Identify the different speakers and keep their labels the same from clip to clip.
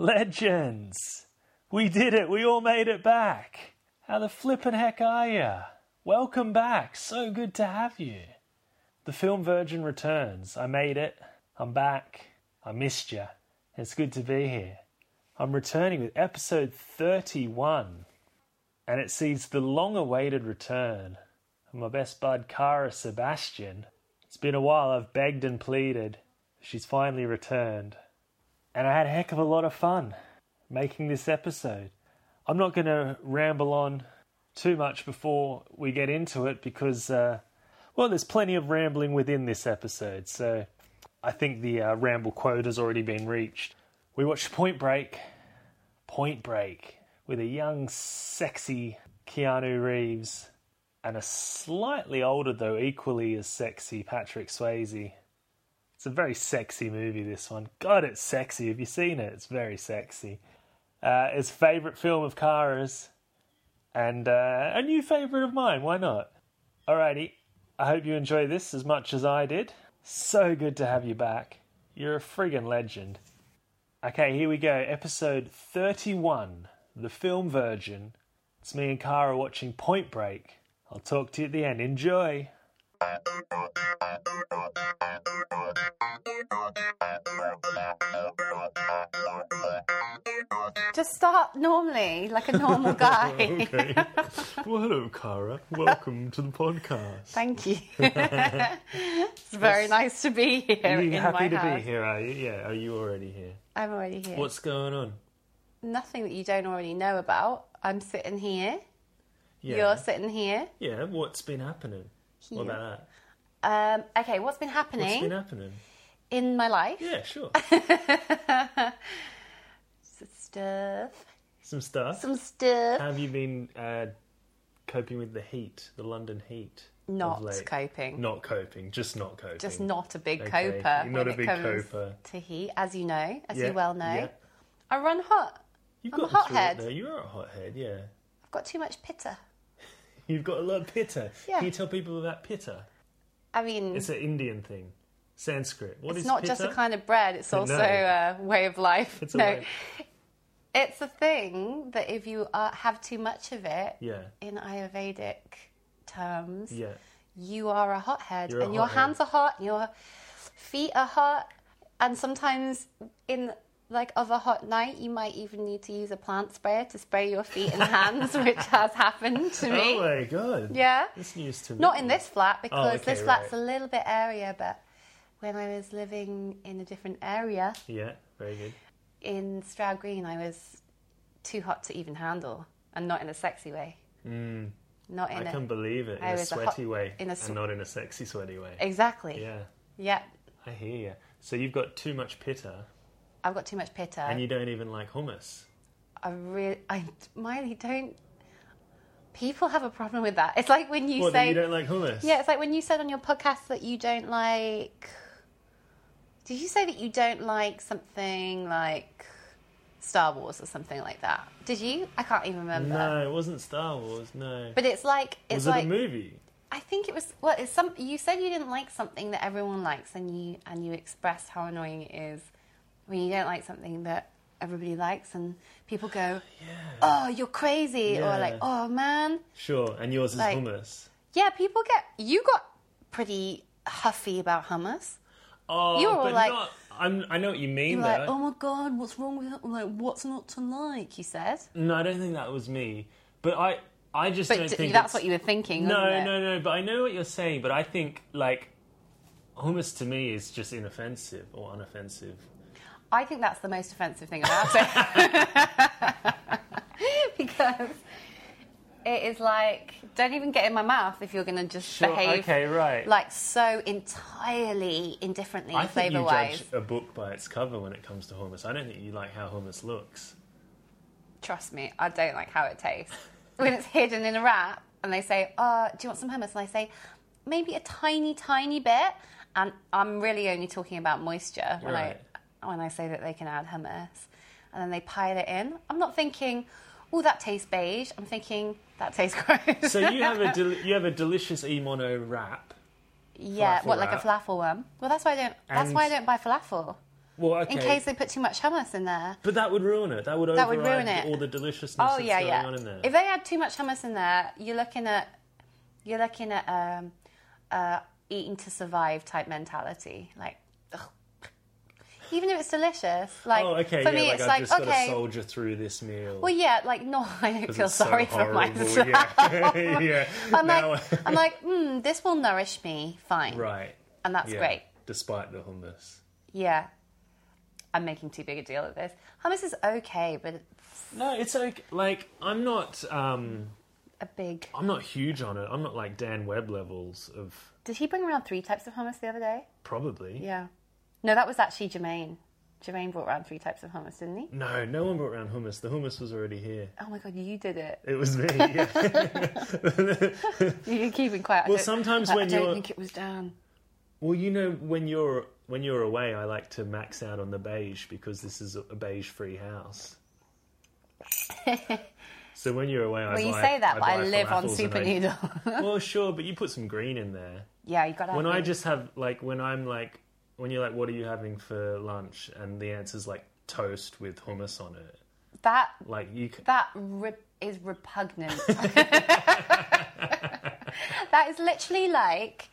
Speaker 1: Legends! We did it! We all made it back! How the flippin' heck are ya? Welcome back! So good to have you! The film Virgin returns. I made it. I'm back. I missed ya. It's good to be here. I'm returning with episode 31, and it sees the long awaited return of my best bud, Cara Sebastian. It's been a while. I've begged and pleaded. She's finally returned and I had a heck of a lot of fun making this episode. I'm not going to ramble on too much before we get into it because, uh, well, there's plenty of rambling within this episode, so I think the uh, ramble quote has already been reached. We watched Point Break, Point Break, with a young, sexy Keanu Reeves and a slightly older, though equally as sexy Patrick Swayze. It's a very sexy movie, this one. God, it's sexy. Have you seen it? It's very sexy. Uh, it's favourite film of Kara's and uh, a new favourite of mine. Why not? Alrighty. I hope you enjoy this as much as I did. So good to have you back. You're a friggin' legend. Okay, here we go. Episode 31 The Film Virgin. It's me and Kara watching Point Break. I'll talk to you at the end. Enjoy.
Speaker 2: Just start normally, like a normal guy.
Speaker 1: Okay. well, hello, Cara. Welcome to the podcast.
Speaker 2: Thank you. it's very nice to be here
Speaker 1: Are you
Speaker 2: in my
Speaker 1: happy to
Speaker 2: house.
Speaker 1: be here? Are you? Yeah, are you already here?
Speaker 2: I'm already here.
Speaker 1: What's going on?
Speaker 2: Nothing that you don't already know about. I'm sitting here.
Speaker 1: Yeah.
Speaker 2: You're sitting here.
Speaker 1: Yeah, what's been happening? What
Speaker 2: Here.
Speaker 1: about that?
Speaker 2: Um, okay, what's been
Speaker 1: What's
Speaker 2: happening
Speaker 1: been happening?
Speaker 2: in my life?
Speaker 1: Yeah, sure.
Speaker 2: Some stuff.
Speaker 1: Some stuff.
Speaker 2: Some stuff.
Speaker 1: How have you been uh, coping with the heat, the London heat? of
Speaker 2: Not
Speaker 1: late?
Speaker 2: coping.
Speaker 1: Not coping, just not coping.
Speaker 2: Just not a big
Speaker 1: Okay,
Speaker 2: coper
Speaker 1: you're
Speaker 2: when
Speaker 1: not a
Speaker 2: it
Speaker 1: big
Speaker 2: comes
Speaker 1: coper.
Speaker 2: to heat, as you know, as
Speaker 1: Yeah,
Speaker 2: you well know.
Speaker 1: yeah.
Speaker 2: I run hot.
Speaker 1: You've
Speaker 2: I'm a
Speaker 1: gotten through it
Speaker 2: hothead.
Speaker 1: though. You are a hothead, yeah.
Speaker 2: I've got too much pitter.
Speaker 1: You've got a lot of pitta.
Speaker 2: Yeah.
Speaker 1: Can you tell people about pitta?
Speaker 2: I mean,
Speaker 1: It's an Indian thing. Sanskrit. What is
Speaker 2: it's not just a
Speaker 1: pitta?
Speaker 2: kind of bread it's also a way of life
Speaker 1: It's a
Speaker 2: no
Speaker 1: way-
Speaker 2: it's a thing that if you uh, have too much of it
Speaker 1: Yeah.
Speaker 2: in ayurvedic terms
Speaker 1: Yeah.
Speaker 2: you are a hothead
Speaker 1: You're a
Speaker 2: and your
Speaker 1: hothead.
Speaker 2: hands are hot and your feet are hot and sometimes in like of a hot night you might even need to use a plant sprayer to spray your feet and hands which has happened to me
Speaker 1: Oh my god.
Speaker 2: yeah
Speaker 1: This news to me.
Speaker 2: not in this flat because
Speaker 1: Oh, okay,
Speaker 2: this flat's
Speaker 1: right.
Speaker 2: a little bit area, but when I was living in a different area
Speaker 1: Yeah, very good.
Speaker 2: in Stroud Green, I was too hot to even handle, and not in a sexy way. Mm. Not
Speaker 1: Hmm. I
Speaker 2: in a
Speaker 1: can believe it in
Speaker 2: I
Speaker 1: a
Speaker 2: was a hot-
Speaker 1: sweaty way,
Speaker 2: in a sw-
Speaker 1: and not in a sexy sweaty way.
Speaker 2: exactly.
Speaker 1: Yeah,
Speaker 2: Yeah.
Speaker 1: I hear you. So you've got too much pitta,
Speaker 2: I've got too much pitta.
Speaker 1: and you don't even like hummus.
Speaker 2: I really, I Miley, don't. People have a problem with that. It's like when you
Speaker 1: What? that
Speaker 2: say,
Speaker 1: you don't like hummus?
Speaker 2: yeah, it's like when you said on your podcast that you don't like. Did you say that you don't like something like Star Wars or something like that? Did you? I can't even remember.
Speaker 1: No, it wasn't Star Wars. No.
Speaker 2: But it's like it's
Speaker 1: was
Speaker 2: like
Speaker 1: it a movie?
Speaker 2: I think it was well. It's some you said you didn't like something that everyone likes, and you and you expressed how annoying it is when you don't like something that everybody likes, and people go, "Oh, you're crazy," or like,
Speaker 1: Yeah.
Speaker 2: "Oh man,
Speaker 1: Sure. And yours is
Speaker 2: Like-
Speaker 1: hummus.
Speaker 2: yeah." People get you got pretty huffy about hummus.
Speaker 1: Oh,
Speaker 2: You were all
Speaker 1: but
Speaker 2: like-
Speaker 1: not. I'm, I know what you mean though.
Speaker 2: You're like, "Oh my god, what's wrong with it?" I'm like, "What's not to like?" You said,
Speaker 1: No, I don't think that was me. But I, I just
Speaker 2: but
Speaker 1: don't
Speaker 2: d-
Speaker 1: think
Speaker 2: that's
Speaker 1: it's-
Speaker 2: what you were thinking. wasn't
Speaker 1: No,
Speaker 2: it?
Speaker 1: no, no. But I know what you're saying. But I think like hummus to me is just inoffensive or unoffensive.
Speaker 2: I think that's the most offensive thing about it. because it is like, don't even get in my mouth if you're going to just
Speaker 1: Sure,
Speaker 2: behave
Speaker 1: okay, right.
Speaker 2: like so entirely indifferently
Speaker 1: I think
Speaker 2: flavour
Speaker 1: you
Speaker 2: wise.
Speaker 1: judge a book by its cover when it comes to hummus. I don't think you like how hummus looks.
Speaker 2: Trust me, I don't like how it tastes. when it's hidden in a wrap and they say, oh, do you want some hummus? And I say, maybe a tiny, tiny bit. And I'm really only talking about moisture when
Speaker 1: Right.
Speaker 2: I when I say that they can add hummus. And then they pile it in. I'm not thinking, oh, that tastes beige. I'm thinking, that tastes gross.
Speaker 1: So you have a del- you have a delicious emono wrap.
Speaker 2: yeah,
Speaker 1: falafel
Speaker 2: what, like a
Speaker 1: wrap.
Speaker 2: falafel one? Well, that's why I don't. That's why I
Speaker 1: And-
Speaker 2: don't buy falafel.
Speaker 1: Well, okay.
Speaker 2: in case they put too much hummus in there.
Speaker 1: but that would ruin it. That would
Speaker 2: That would
Speaker 1: override
Speaker 2: ruin it.
Speaker 1: all the deliciousness
Speaker 2: Oh
Speaker 1: that's
Speaker 2: yeah,
Speaker 1: going
Speaker 2: yeah.
Speaker 1: on in there.
Speaker 2: If they add too much hummus in there, you're looking at you're looking at um, uh, eating to survive type mentality. Like, ugh. even if it's delicious, like
Speaker 1: oh, okay.
Speaker 2: for
Speaker 1: yeah,
Speaker 2: me,
Speaker 1: like
Speaker 2: it's
Speaker 1: I've
Speaker 2: like
Speaker 1: just got to
Speaker 2: okay,
Speaker 1: soldier through this meal.
Speaker 2: well, yeah, like no, I don't
Speaker 1: 'cause
Speaker 2: feel
Speaker 1: it's so
Speaker 2: sorry for
Speaker 1: horrible.
Speaker 2: myself.
Speaker 1: Yeah. yeah.
Speaker 2: I'm
Speaker 1: Now-
Speaker 2: like, I'm like, mm, this will nourish me, fine,
Speaker 1: right.
Speaker 2: and that's
Speaker 1: yeah.
Speaker 2: great.
Speaker 1: Despite the hummus.
Speaker 2: Yeah, I'm making too big a deal of this. Hummus is okay, but
Speaker 1: No, it's like like I'm not um
Speaker 2: a big.
Speaker 1: I'm not huge on it. I'm not like Dan Webb levels of
Speaker 2: Did he bring around three types of hummus the other day?
Speaker 1: probably.
Speaker 2: Yeah. No, that was actually Jermaine. Jermaine brought round three types of hummus, didn't he?
Speaker 1: No, no one brought around hummus. The hummus was already here.
Speaker 2: Oh my god, you did it.
Speaker 1: It was me. Yeah.
Speaker 2: You're keeping quiet. I
Speaker 1: Well,
Speaker 2: don't-
Speaker 1: sometimes
Speaker 2: I,
Speaker 1: when
Speaker 2: I don't
Speaker 1: you're-
Speaker 2: think it was Dan.
Speaker 1: well, you know when you're when you're away, I like to max out on the beige because this is a beige-free house. so when you're away, I
Speaker 2: Well, you
Speaker 1: buy-
Speaker 2: say that, but
Speaker 1: buy
Speaker 2: I live on
Speaker 1: falafels
Speaker 2: super
Speaker 1: and I-
Speaker 2: noodle.
Speaker 1: well, sure, but you put some green in there.
Speaker 2: yeah, you got to.
Speaker 1: when I just have like when I'm like when you're like, what are you having for lunch? And the answer's like toast with hummus on it.
Speaker 2: that
Speaker 1: Like you, c-
Speaker 2: that re- is repugnant. that is literally like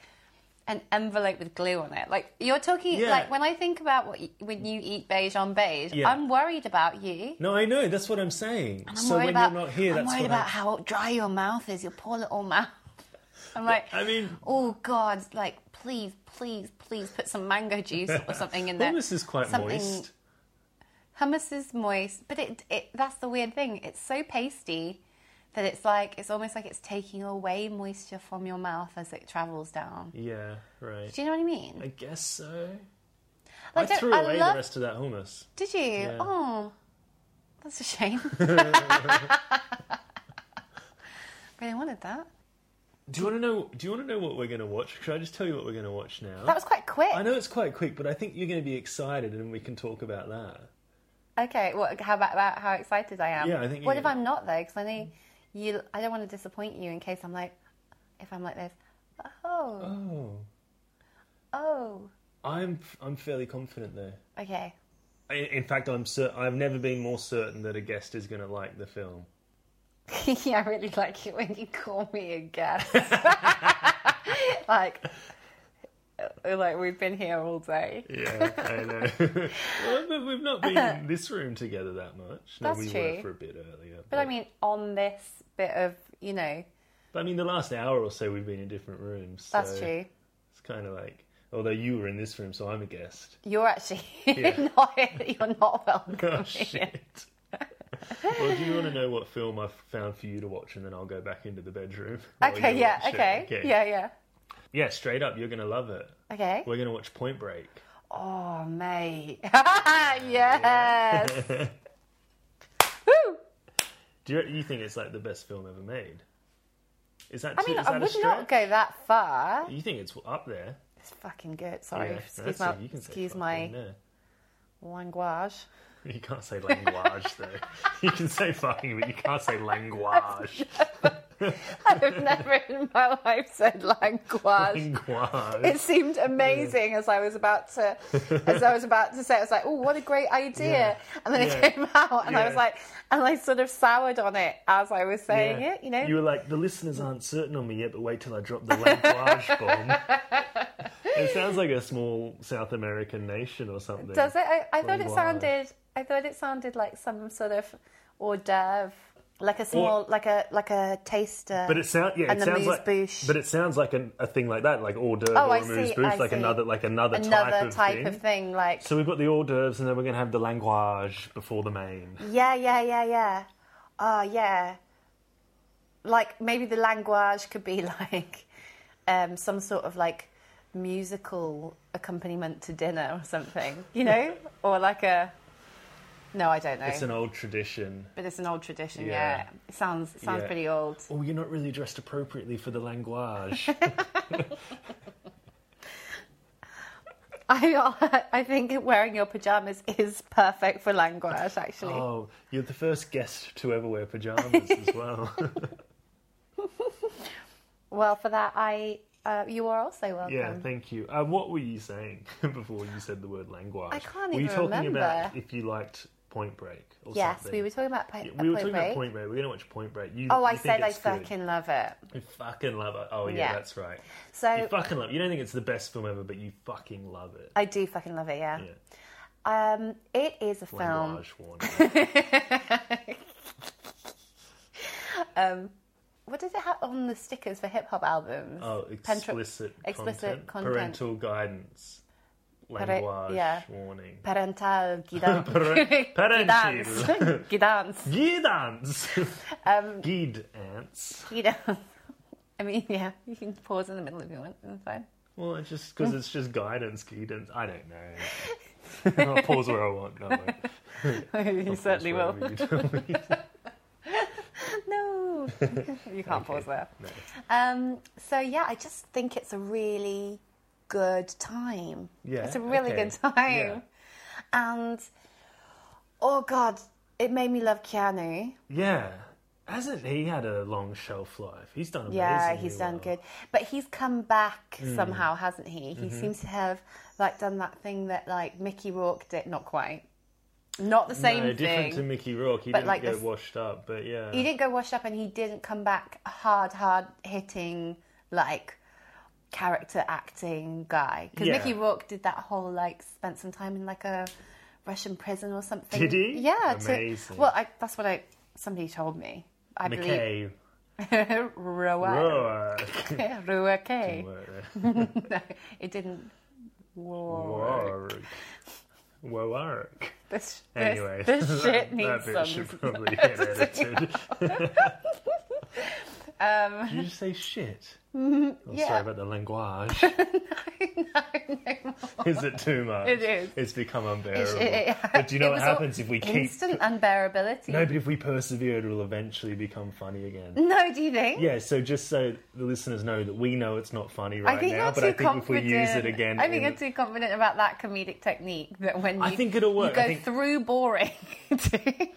Speaker 2: an envelope with glue on it. Like you're talking.
Speaker 1: Yeah.
Speaker 2: Like when I think about what you, when you eat beige on beige,
Speaker 1: Yeah.
Speaker 2: I'm worried about you.
Speaker 1: no, I know that's what I'm saying.
Speaker 2: I'm
Speaker 1: so
Speaker 2: worried
Speaker 1: when
Speaker 2: about,
Speaker 1: you're not here,
Speaker 2: I'm
Speaker 1: that's
Speaker 2: worried
Speaker 1: what
Speaker 2: about
Speaker 1: I,
Speaker 2: how dry your mouth is. Your poor little mouth. I'm like,
Speaker 1: I mean-
Speaker 2: oh God, like please, please, please put some mango juice or something in there.
Speaker 1: hummus is quite
Speaker 2: Something-
Speaker 1: moist.
Speaker 2: Hummus is moist, but it, it that's the weird thing. It's so pasty that it's like it's almost like it's taking away moisture from your mouth as it travels down.
Speaker 1: Yeah, right.
Speaker 2: Do you know what I mean?
Speaker 1: I guess so.
Speaker 2: Like,
Speaker 1: I
Speaker 2: don't-
Speaker 1: threw
Speaker 2: I
Speaker 1: away
Speaker 2: love-
Speaker 1: the rest of that hummus.
Speaker 2: Did you? Oh, that's a shame. really wanted that.
Speaker 1: Do you want to know? Do you want to know what we're going to watch? Should I just tell you what we're going to watch now?
Speaker 2: That was quite quick.
Speaker 1: I know it's quite quick, but I think you're going to be excited, and we can talk about that.
Speaker 2: Okay, what? How about, about how excited I am?
Speaker 1: Yeah, I think
Speaker 2: What
Speaker 1: you-
Speaker 2: if I'm not though? Because I know you. I don't want to disappoint you in case I'm like, if I'm like this. Oh,
Speaker 1: Oh,
Speaker 2: oh.
Speaker 1: I'm I'm fairly confident there.
Speaker 2: Okay.
Speaker 1: I- In fact, I'm cer- I've never been more certain that a guest is going to like the film.
Speaker 2: yeah, I really like it when you call me a guest. like, uh, like we've been here all day.
Speaker 1: Yeah, I know. well, but we've not been in this room together that much. No,
Speaker 2: Uh-huh. That's
Speaker 1: we were
Speaker 2: true.
Speaker 1: for a bit earlier.
Speaker 2: But I mean, on this bit of you know,
Speaker 1: but I mean, the last hour or so we've been in different rooms.
Speaker 2: that's
Speaker 1: so
Speaker 2: true.
Speaker 1: It's kind of like, although you were in this room, so I'm a guest.
Speaker 2: You're actually
Speaker 1: Yeah.
Speaker 2: not. You're not welcome.
Speaker 1: Oh shit. well, do you want to know what film I've found for you to watch, and then I'll go back into the bedroom. while
Speaker 2: Okay.
Speaker 1: you
Speaker 2: Yeah.
Speaker 1: watch it?
Speaker 2: Okay. Yeah. Yeah.
Speaker 1: Yeah. Straight up, you're going to love it.
Speaker 2: Okay.
Speaker 1: We're going to watch Point Break.
Speaker 2: Oh, mate. yes. Woo.
Speaker 1: Do you, you think it's like the best film ever made? Is that?
Speaker 2: I
Speaker 1: too,
Speaker 2: mean,
Speaker 1: is that
Speaker 2: I
Speaker 1: a
Speaker 2: would not
Speaker 1: stretch?
Speaker 2: go that far.
Speaker 1: You think it's up there?
Speaker 2: It's fucking good. Sorry.
Speaker 1: Yeah,
Speaker 2: excuse
Speaker 1: that's
Speaker 2: my,
Speaker 1: it, you can say
Speaker 2: excuse
Speaker 1: fucking
Speaker 2: my
Speaker 1: there.
Speaker 2: language.
Speaker 1: You can't say language though. you can say fucking, but you can't say language.
Speaker 2: I've never in my life said language.
Speaker 1: Language.
Speaker 2: It seemed amazing as I was about to, as I was about to say. it. I was like, "Oh, what a great idea!"
Speaker 1: Yeah.
Speaker 2: And then
Speaker 1: Yeah.
Speaker 2: it came out, and I was
Speaker 1: Yeah.
Speaker 2: like, and I sort of soured on it as I was saying
Speaker 1: Yeah.
Speaker 2: it. You know,
Speaker 1: You were like, the listeners aren't certain on me yet, but wait till I drop the language bomb. It sounds like a small South American nation or something.
Speaker 2: Does it? I, I thought it
Speaker 1: Wow.
Speaker 2: sounded. I thought it sounded like some sort of hors d'oeuvre, like a small, like a like a uh, taster.
Speaker 1: But it sounds yeah,
Speaker 2: And
Speaker 1: it
Speaker 2: the
Speaker 1: sounds like
Speaker 2: mousse-bouche.
Speaker 1: but it sounds like an, a thing like that, like hors d'oeuvre
Speaker 2: Oh,
Speaker 1: or
Speaker 2: I
Speaker 1: a mousse
Speaker 2: see, I
Speaker 1: bouche, like
Speaker 2: see.
Speaker 1: another like another,
Speaker 2: another
Speaker 1: type, of, thing.
Speaker 2: like
Speaker 1: So we've got the hors d'oeuvres, and then we're going to have the language before the main.
Speaker 2: yeah, yeah, yeah, yeah. Oh yeah. Like maybe the language could be like um, some sort of like musical accompaniment to dinner or something, you know, or like a. No, I don't know.
Speaker 1: It's an old tradition.
Speaker 2: but it's an old tradition. Yeah,
Speaker 1: Yeah.
Speaker 2: It sounds it sounds
Speaker 1: Yeah.
Speaker 2: pretty old.
Speaker 1: Oh, you're not really dressed appropriately for the language.
Speaker 2: I I think wearing your pajamas is perfect for language. Actually,
Speaker 1: oh, you're the first guest to ever wear pajamas as well.
Speaker 2: well, for that I Uh, you are also welcome.
Speaker 1: Yeah, thank you. Uh, what were you saying before you said the word language?
Speaker 2: I can't
Speaker 1: Were you
Speaker 2: even
Speaker 1: talking about
Speaker 2: remember.
Speaker 1: if you liked Point Break? Or
Speaker 2: yes,
Speaker 1: something?
Speaker 2: we were talking about Point,
Speaker 1: Yeah, we were
Speaker 2: Point
Speaker 1: talking
Speaker 2: Break.
Speaker 1: about Point Break. We're gonna watch Point Break. You,
Speaker 2: Oh, I
Speaker 1: you think
Speaker 2: said I
Speaker 1: it's good.
Speaker 2: fucking love it.
Speaker 1: You fucking love it. Oh yeah,
Speaker 2: Yeah.
Speaker 1: that's right. you
Speaker 2: So
Speaker 1: fucking love. It. You don't think it's the best film ever, but you fucking love it.
Speaker 2: I do fucking love it. Yeah.
Speaker 1: Yeah.
Speaker 2: Um, it is a film.
Speaker 1: Language warning.
Speaker 2: What does it have on the stickers for hip hop albums?
Speaker 1: Oh,
Speaker 2: Pentra-
Speaker 1: explicit,
Speaker 2: explicit
Speaker 1: content.
Speaker 2: content.
Speaker 1: Parental guidance.
Speaker 2: Pare-
Speaker 1: Language
Speaker 2: yeah.
Speaker 1: warning.
Speaker 2: Parental guidance.
Speaker 1: Pare- parental.
Speaker 2: guidance. guidance.
Speaker 1: Guidance. Um, Guidance.
Speaker 2: Guidance. I mean, yeah, you can pause in the middle if you want. It's fine.
Speaker 1: Well, it's just because it's just guidance, guidance. I don't know. I'll pause where I want. No, I won't.
Speaker 2: you
Speaker 1: I'll
Speaker 2: certainly
Speaker 1: pause
Speaker 2: will.
Speaker 1: wherever you tell me.
Speaker 2: no, you can't
Speaker 1: Okay.
Speaker 2: pause there.
Speaker 1: No.
Speaker 2: Um, so yeah, I just think it's a really good time.
Speaker 1: Yeah,
Speaker 2: it's a really
Speaker 1: okay.
Speaker 2: good time. And oh god, it made me love Keanu.
Speaker 1: Yeah. Hasn't he had a long shelf life? He's done amazing.
Speaker 2: Yeah, he's done good, but he's come back
Speaker 1: Mm.
Speaker 2: somehow, hasn't he? He
Speaker 1: Mm-hmm.
Speaker 2: seems to have like done that thing that like Mickey Rourke did. Not quite. Not the same
Speaker 1: no,
Speaker 2: thing.
Speaker 1: different to Mickey Rourke. He
Speaker 2: But
Speaker 1: didn't
Speaker 2: like
Speaker 1: get
Speaker 2: this-
Speaker 1: washed up, but yeah.
Speaker 2: he didn't go washed up and he didn't come back a hard, hard hitting, like character acting guy. Because
Speaker 1: Yeah.
Speaker 2: Mickey Rourke did that whole like spent some time in like a Russian prison or something.
Speaker 1: Did he?
Speaker 2: Yeah. to-
Speaker 1: Amazing.
Speaker 2: well, I, that's what I somebody told me. I
Speaker 1: McKay.
Speaker 2: believe. Roa.
Speaker 1: Roar.
Speaker 2: Roa K.
Speaker 1: Roar.
Speaker 2: No, it didn't. Roar.
Speaker 1: Warwick. Warwick.
Speaker 2: This, this,
Speaker 1: Anyway,
Speaker 2: this shit
Speaker 1: that
Speaker 2: needs
Speaker 1: bit
Speaker 2: some.
Speaker 1: should probably get edited.
Speaker 2: Um,
Speaker 1: Did you just say shit? Oh,
Speaker 2: Mm-hmm. yeah.
Speaker 1: Sorry about the language. no, Is it too much?
Speaker 2: It is.
Speaker 1: It's become
Speaker 2: it-
Speaker 1: unbearable.
Speaker 2: it-
Speaker 1: But do you know
Speaker 2: it
Speaker 1: what
Speaker 2: was all
Speaker 1: happens if we keep?
Speaker 2: Instant unbearability.
Speaker 1: No, but if we persevere, it'll eventually become funny again.
Speaker 2: No, do you think?
Speaker 1: Yeah, so just so the listeners know that we know it's not funny right
Speaker 2: I think
Speaker 1: now,
Speaker 2: you're
Speaker 1: but
Speaker 2: too
Speaker 1: I think if we
Speaker 2: confident.
Speaker 1: use it again,
Speaker 2: I think
Speaker 1: in-
Speaker 2: you're too confident about that comedic technique that when you,
Speaker 1: I think it'll work.
Speaker 2: you go
Speaker 1: I think-
Speaker 2: through boring, to-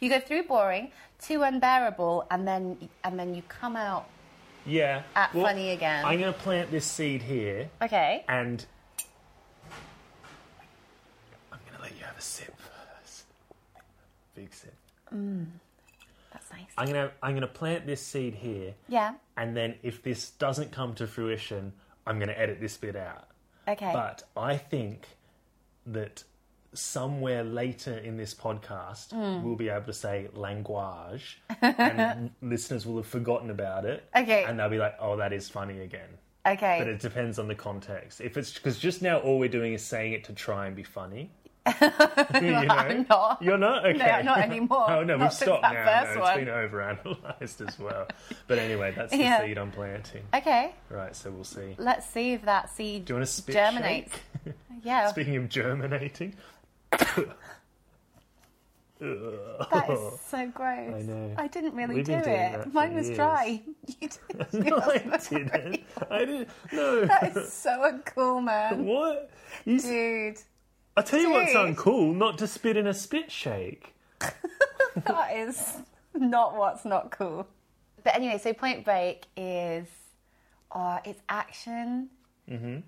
Speaker 2: you go through boring to unbearable, and then and then you come out.
Speaker 1: yeah,
Speaker 2: at funny again.
Speaker 1: I'm going to plant this seed here,
Speaker 2: Okay,
Speaker 1: and I'm going to let you have a sip first. Big sip.
Speaker 2: that's nice.
Speaker 1: I'm going to I'm going to plant this seed here,
Speaker 2: yeah.
Speaker 1: and then if this doesn't come to fruition, I'm going to edit this bit out.
Speaker 2: Okay.
Speaker 1: But I think that somewhere later in this podcast,
Speaker 2: Hmm.
Speaker 1: we'll be able to say language, and listeners will have forgotten about it.
Speaker 2: Okay.
Speaker 1: And they'll be like, oh, that is funny again. But
Speaker 2: okay.
Speaker 1: it depends on the context. If it's because just now all we're doing is saying it to try and be funny. you know?
Speaker 2: I'm not.
Speaker 1: You're not okay.
Speaker 2: not anymore.
Speaker 1: oh no,
Speaker 2: Not
Speaker 1: we've
Speaker 2: since
Speaker 1: stopped
Speaker 2: that
Speaker 1: now.
Speaker 2: first
Speaker 1: no,
Speaker 2: one.
Speaker 1: it's been overanalyzed as well. but anyway, that's the
Speaker 2: Yeah.
Speaker 1: seed I'm planting.
Speaker 2: Okay.
Speaker 1: Right, so we'll see.
Speaker 2: Let's see if that seed
Speaker 1: Do you want to spit
Speaker 2: germinates.
Speaker 1: shake?
Speaker 2: Yeah,
Speaker 1: Speaking of germinating,
Speaker 2: that is so gross.
Speaker 1: I know.
Speaker 2: didn't really
Speaker 1: We've
Speaker 2: do
Speaker 1: been
Speaker 2: it.
Speaker 1: doing that for
Speaker 2: Mine was
Speaker 1: years.
Speaker 2: dry. You did.
Speaker 1: no, I didn't. I didn't. No.
Speaker 2: That is so uncool, man.
Speaker 1: What? You s-
Speaker 2: Dude,
Speaker 1: I tell you what's
Speaker 2: dude.
Speaker 1: uncool: not to spit in a spit shake.
Speaker 2: that is not what's not cool. But anyway, so Point Break is, uh, it's action. Mm-hmm.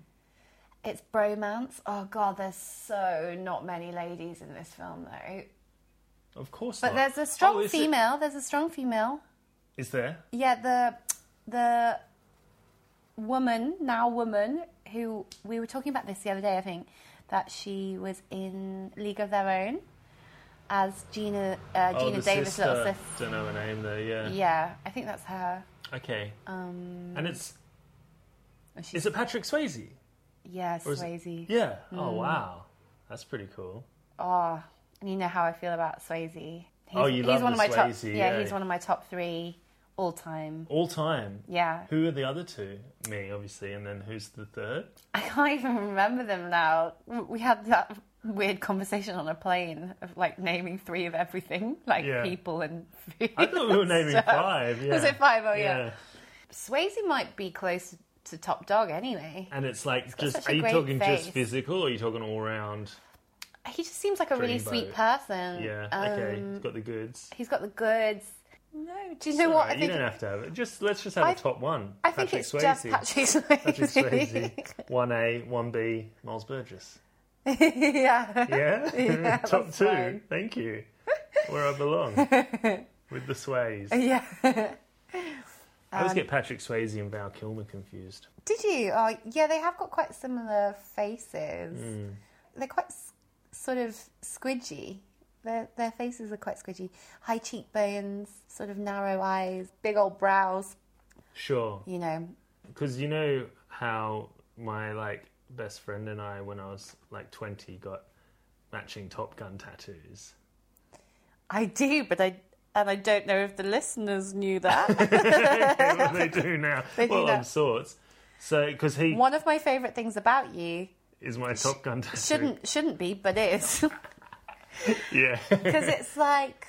Speaker 2: It's bromance. Oh god, there's so not many ladies in this film though.
Speaker 1: Of course
Speaker 2: But
Speaker 1: not.
Speaker 2: there's a strong
Speaker 1: Oh, is it-
Speaker 2: female. There's a strong female.
Speaker 1: Is there?
Speaker 2: Yeah, the the woman now woman who we were talking about this the other day. I think that she was in League of Their Own as Gina uh,
Speaker 1: oh,
Speaker 2: Gina
Speaker 1: the
Speaker 2: Davis'
Speaker 1: sister.
Speaker 2: little sister.
Speaker 1: Don't know her name though. Yeah.
Speaker 2: Yeah, I think that's her.
Speaker 1: Okay.
Speaker 2: Um,
Speaker 1: and it's
Speaker 2: and she's,
Speaker 1: is it Patrick Swayze?
Speaker 2: yeah,
Speaker 1: Or is it-
Speaker 2: Swayze.
Speaker 1: Yeah. Oh
Speaker 2: Mm.
Speaker 1: wow, that's pretty cool.
Speaker 2: Oh, and you know how I feel about Swayze. He's,
Speaker 1: Oh, you
Speaker 2: he's
Speaker 1: love
Speaker 2: one
Speaker 1: the
Speaker 2: of my top.
Speaker 1: Swayze,
Speaker 2: Yeah,
Speaker 1: yeah.
Speaker 2: he's one of my top three all time.
Speaker 1: All time.
Speaker 2: Yeah,
Speaker 1: Who are the other two? Me, obviously, and then who's the third?
Speaker 2: I can't even remember them now. We had that weird conversation on a plane of like naming three of everything, like
Speaker 1: Yeah.
Speaker 2: people and food.
Speaker 1: I thought we were naming
Speaker 2: and stuff.
Speaker 1: five. Yeah.
Speaker 2: Was it five? Oh yeah. Swayze might be close to top dog anyway.
Speaker 1: And it's like, just
Speaker 2: such a
Speaker 1: are you
Speaker 2: great
Speaker 1: talking
Speaker 2: face.
Speaker 1: just physical, or are you talking all round?
Speaker 2: He just seems like a really
Speaker 1: Dreamboat.
Speaker 2: sweet person.
Speaker 1: Yeah,
Speaker 2: Um,
Speaker 1: okay, he's got the goods.
Speaker 2: He's got the goods. No, do you know what? I
Speaker 1: Alright, you
Speaker 2: think
Speaker 1: don't have to have it. Just let's just have a
Speaker 2: I-
Speaker 1: top one.
Speaker 2: I think
Speaker 1: Patrick
Speaker 2: it's
Speaker 1: Swayze.
Speaker 2: just Patrick Swayze.
Speaker 1: Patrick Swayze, one A, one B, Miles Burgess.
Speaker 2: yeah.
Speaker 1: Yeah, top
Speaker 2: that's
Speaker 1: two.
Speaker 2: fine.
Speaker 1: Thank you. Where I belong with the Sways.
Speaker 2: Yeah.
Speaker 1: I
Speaker 2: um,
Speaker 1: always get Patrick Swayze and Val Kilmer confused.
Speaker 2: Did you? Oh, yeah, they have got quite similar faces.
Speaker 1: Mm.
Speaker 2: They're quite s- sort of squidgy. Their, their faces are quite squidgy. High cheekbones, sort of narrow eyes, big old brows,
Speaker 1: Sure,
Speaker 2: you know.
Speaker 1: because you know how my like best friend and I, when I was like twenty, got matching Top Gun tattoos.
Speaker 2: I do, but I. And I don't know if the listeners knew that.
Speaker 1: well, they do now.
Speaker 2: They do
Speaker 1: well,
Speaker 2: now.
Speaker 1: of sorts. So, because he
Speaker 2: One of my favourite things about you
Speaker 1: is my Top Gun tattoo.
Speaker 2: shouldn't shouldn't be, but is.
Speaker 1: Yeah.
Speaker 2: because it's like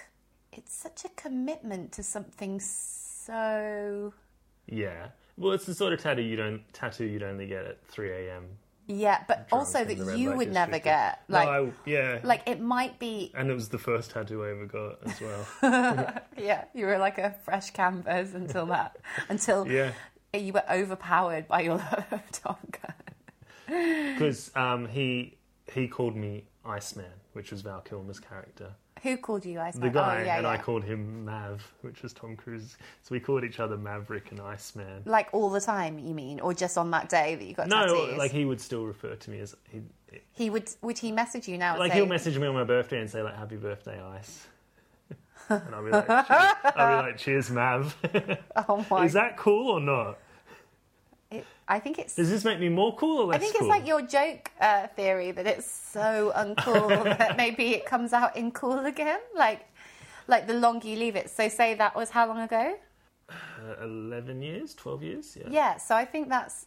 Speaker 2: it's such a commitment to something so
Speaker 1: yeah. Well, it's the sort of tattoo you don't tattoo you'd only get at three a.m.
Speaker 2: yeah
Speaker 1: drunk
Speaker 2: but also
Speaker 1: in
Speaker 2: that
Speaker 1: the red
Speaker 2: you
Speaker 1: light
Speaker 2: would never
Speaker 1: district.
Speaker 2: get like
Speaker 1: no, I, yeah.
Speaker 2: like it might be
Speaker 1: and it was the first tattoo I ever got as well.
Speaker 2: yeah you were like a fresh canvas until that until
Speaker 1: yeah.
Speaker 2: you were overpowered by your love of Tom Gunn.
Speaker 1: Because um, he he called me Iceman, which was Val Kilmer's character.
Speaker 2: who called you Iceman
Speaker 1: The guy,
Speaker 2: oh yeah,
Speaker 1: and
Speaker 2: yeah.
Speaker 1: I called him Mav, which was Tom Cruise. So we called each other Maverick and Iceman.
Speaker 2: like all the time you mean or just on that day that you got
Speaker 1: no,
Speaker 2: tattoos
Speaker 1: like he would still refer to me as he.
Speaker 2: he would would he message you now and
Speaker 1: Like
Speaker 2: say,
Speaker 1: he'll message me on my birthday and say like "Happy birthday, Ice," and I'll be like, "Cheers- "I'll be like, cheers, Mav."
Speaker 2: oh my
Speaker 1: Is that cool or not?
Speaker 2: it, I think it's
Speaker 1: Does this make me more cool or less
Speaker 2: I think
Speaker 1: cool?
Speaker 2: it's like your joke uh, theory that it's so uncool that maybe it comes out in cool again, like like the longer you leave it. So say that was how long ago?
Speaker 1: Uh, Eleven years, twelve years, yeah.
Speaker 2: Yeah. So I think that's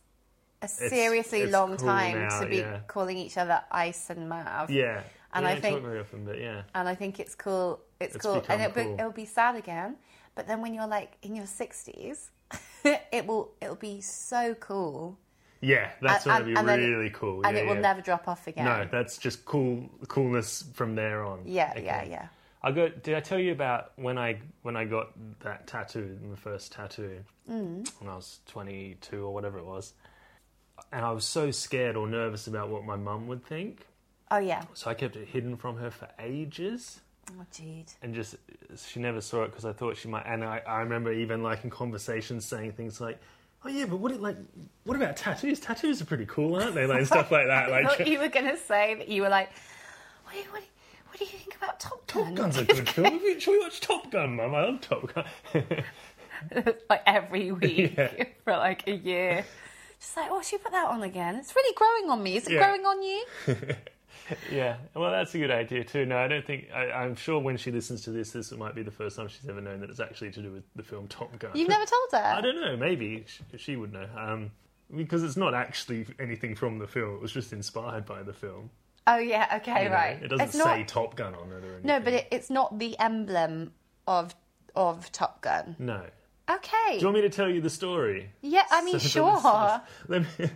Speaker 2: a seriously
Speaker 1: it's
Speaker 2: long
Speaker 1: cool
Speaker 2: time
Speaker 1: now,
Speaker 2: to be
Speaker 1: yeah.
Speaker 2: calling each other Ice and Mav.
Speaker 1: Yeah.
Speaker 2: And
Speaker 1: we
Speaker 2: I
Speaker 1: don't
Speaker 2: think-
Speaker 1: talk very often, but yeah.
Speaker 2: And I think it's cool. It's,
Speaker 1: It's
Speaker 2: cool,
Speaker 1: become
Speaker 2: and it'll be,
Speaker 1: cool.
Speaker 2: it'll be sad again. But then when you're like in your sixties, it will it'll be so cool,
Speaker 1: Yeah, that's
Speaker 2: And-
Speaker 1: going to be
Speaker 2: and- and then-
Speaker 1: really cool.
Speaker 2: and
Speaker 1: yeah,
Speaker 2: it will
Speaker 1: yeah.
Speaker 2: never drop off again.
Speaker 1: No, that's just cool coolness from there on.
Speaker 2: Yeah, yeah,
Speaker 1: Okay.
Speaker 2: yeah.
Speaker 1: I got. Did I tell you about when I when I got that tattoo, my first tattoo,
Speaker 2: Mm.
Speaker 1: when I was twenty two or whatever it was, and I was so scared or nervous about what my mum would think,
Speaker 2: Oh yeah.
Speaker 1: so I kept it hidden from her for ages
Speaker 2: Oh, Jude.
Speaker 1: and just she never saw it because I thought she might. And I, I remember even like in conversations saying things like, "Oh yeah, but what it, like what about tattoos? Tattoos are pretty cool, aren't they?" Like stuff like that.
Speaker 2: I thought
Speaker 1: Like
Speaker 2: you were going to say that you were like, what do you, what do you, what do you think about Top
Speaker 1: Top
Speaker 2: Gun?
Speaker 1: Gun's a good film. Should we watch Top Gun, Mum? I love Top Gun.
Speaker 2: like every week
Speaker 1: Yeah.
Speaker 2: for like a year. Just like, oh, should we put that on again? It's really growing on me. Is it
Speaker 1: Yeah.
Speaker 2: growing on you?
Speaker 1: yeah, well that's a good idea too. No, I don't think I, I'm sure when she listens to this, this might be the first time she's ever known that it's actually to do with the film Top Gun.
Speaker 2: You've never told
Speaker 1: I
Speaker 2: her.
Speaker 1: don't know. Maybe she, she would know. Um, because it's not actually anything from the film. It was just inspired by the film.
Speaker 2: Oh yeah, okay,
Speaker 1: you know?
Speaker 2: right.
Speaker 1: It doesn't
Speaker 2: it's
Speaker 1: say
Speaker 2: not,
Speaker 1: Top Gun on it or anything.
Speaker 2: no, but it, it's not the emblem of of Top Gun.
Speaker 1: No.
Speaker 2: Okay.
Speaker 1: Do you want me to tell you the story?
Speaker 2: yeah, I mean,
Speaker 1: So-
Speaker 2: sure. I
Speaker 1: Let me-
Speaker 2: feel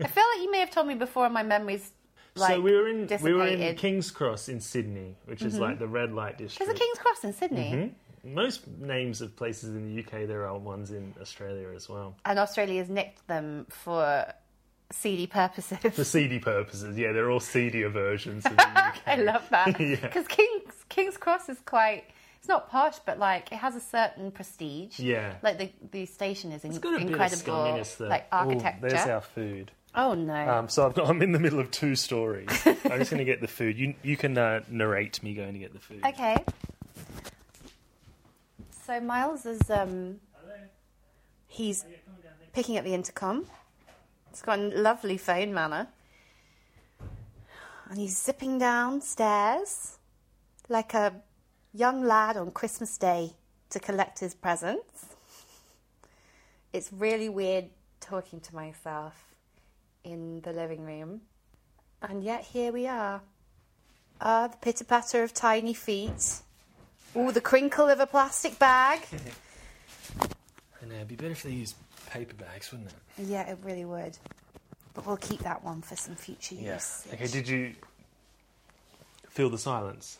Speaker 2: like you may have told me before, and my memories like
Speaker 1: so we were in we were in
Speaker 2: dissipated. Mm-hmm.
Speaker 1: King's Cross in Sydney, which is like the red light district.
Speaker 2: There's a King's Cross in Sydney
Speaker 1: Mm-hmm. Most names of places in the UK, there are ones in Australia as well.
Speaker 2: and Australia's nicked them for seedy purposes.
Speaker 1: For seedy purposes, yeah, they're all seedier versions of the UK.
Speaker 2: I love that
Speaker 1: Yeah.
Speaker 2: because Kings Kings Cross is quite. It's not posh, but like it has a certain prestige.
Speaker 1: Yeah.
Speaker 2: like the the station is in,
Speaker 1: It's got a bit of
Speaker 2: incredible,
Speaker 1: scumminess there.
Speaker 2: like
Speaker 1: Ooh, there's
Speaker 2: architecture.
Speaker 1: our food.
Speaker 2: Oh no,
Speaker 1: Um, so I've got, I'm in the middle of two stories. I'm just going to get the food. You you can uh, narrate me going to get the food.
Speaker 2: okay. So Miles is um, he's picking up the intercom. It's got a lovely phone manner, and he's zipping downstairs like a young lad on Christmas Day to collect his presents. It's really weird talking to myself in the living room. And yet here we are. Ah, the pitter patter of tiny feet. Ooh, the crinkle of a plastic bag.
Speaker 1: I know, uh, it'd be better if they used paper bags, wouldn't it?
Speaker 2: yeah, it really would. But we'll keep that one for some future use.
Speaker 1: Yes. Okay, did you feel the silence?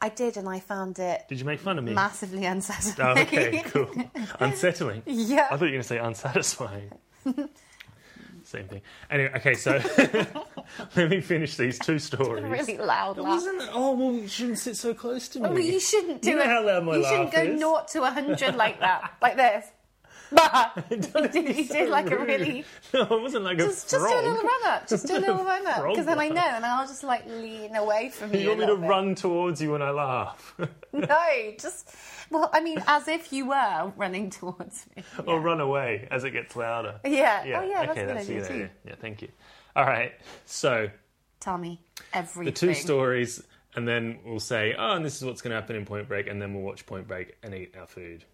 Speaker 2: I did, and I found it
Speaker 1: Did you make fun of me?
Speaker 2: massively unsatisfying.
Speaker 1: Oh, okay, cool. Unsettling.
Speaker 2: yeah.
Speaker 1: I thought you were going to say unsatisfying. Same thing. Anyway, okay, so let me finish these two stories.
Speaker 2: really loud
Speaker 1: It
Speaker 2: laugh.
Speaker 1: wasn't. Oh well, you shouldn't sit so close to me.
Speaker 2: Well, you shouldn't do
Speaker 1: You know
Speaker 2: it.
Speaker 1: how loud my
Speaker 2: you
Speaker 1: laugh
Speaker 2: shouldn't go
Speaker 1: is.
Speaker 2: naught to a hundred like that, like this. Bah! you
Speaker 1: Don't
Speaker 2: did,
Speaker 1: be
Speaker 2: you
Speaker 1: so
Speaker 2: did like a
Speaker 1: rude.
Speaker 2: really
Speaker 1: No, it wasn't like
Speaker 2: just,
Speaker 1: a
Speaker 2: just do a
Speaker 1: frog.
Speaker 2: little run up, just do a little run up,
Speaker 1: Frog
Speaker 2: because then I know,
Speaker 1: laugh.
Speaker 2: and I'll just like lean away from you.
Speaker 1: You want
Speaker 2: a
Speaker 1: me to
Speaker 2: little bit.
Speaker 1: run towards you when I laugh,
Speaker 2: No, just well, I mean, as if you were running towards me.
Speaker 1: or run away as it gets louder?
Speaker 2: Yeah.
Speaker 1: Oh, Yeah.
Speaker 2: Oh yeah,
Speaker 1: okay,
Speaker 2: that's a
Speaker 1: the
Speaker 2: good idea too.
Speaker 1: Yeah. Thank you. All right. So
Speaker 2: Tell me everything.
Speaker 1: the two stories, and then we'll say, oh, and this is what's going to happen in Point Break, and then we'll watch Point Break and eat our food.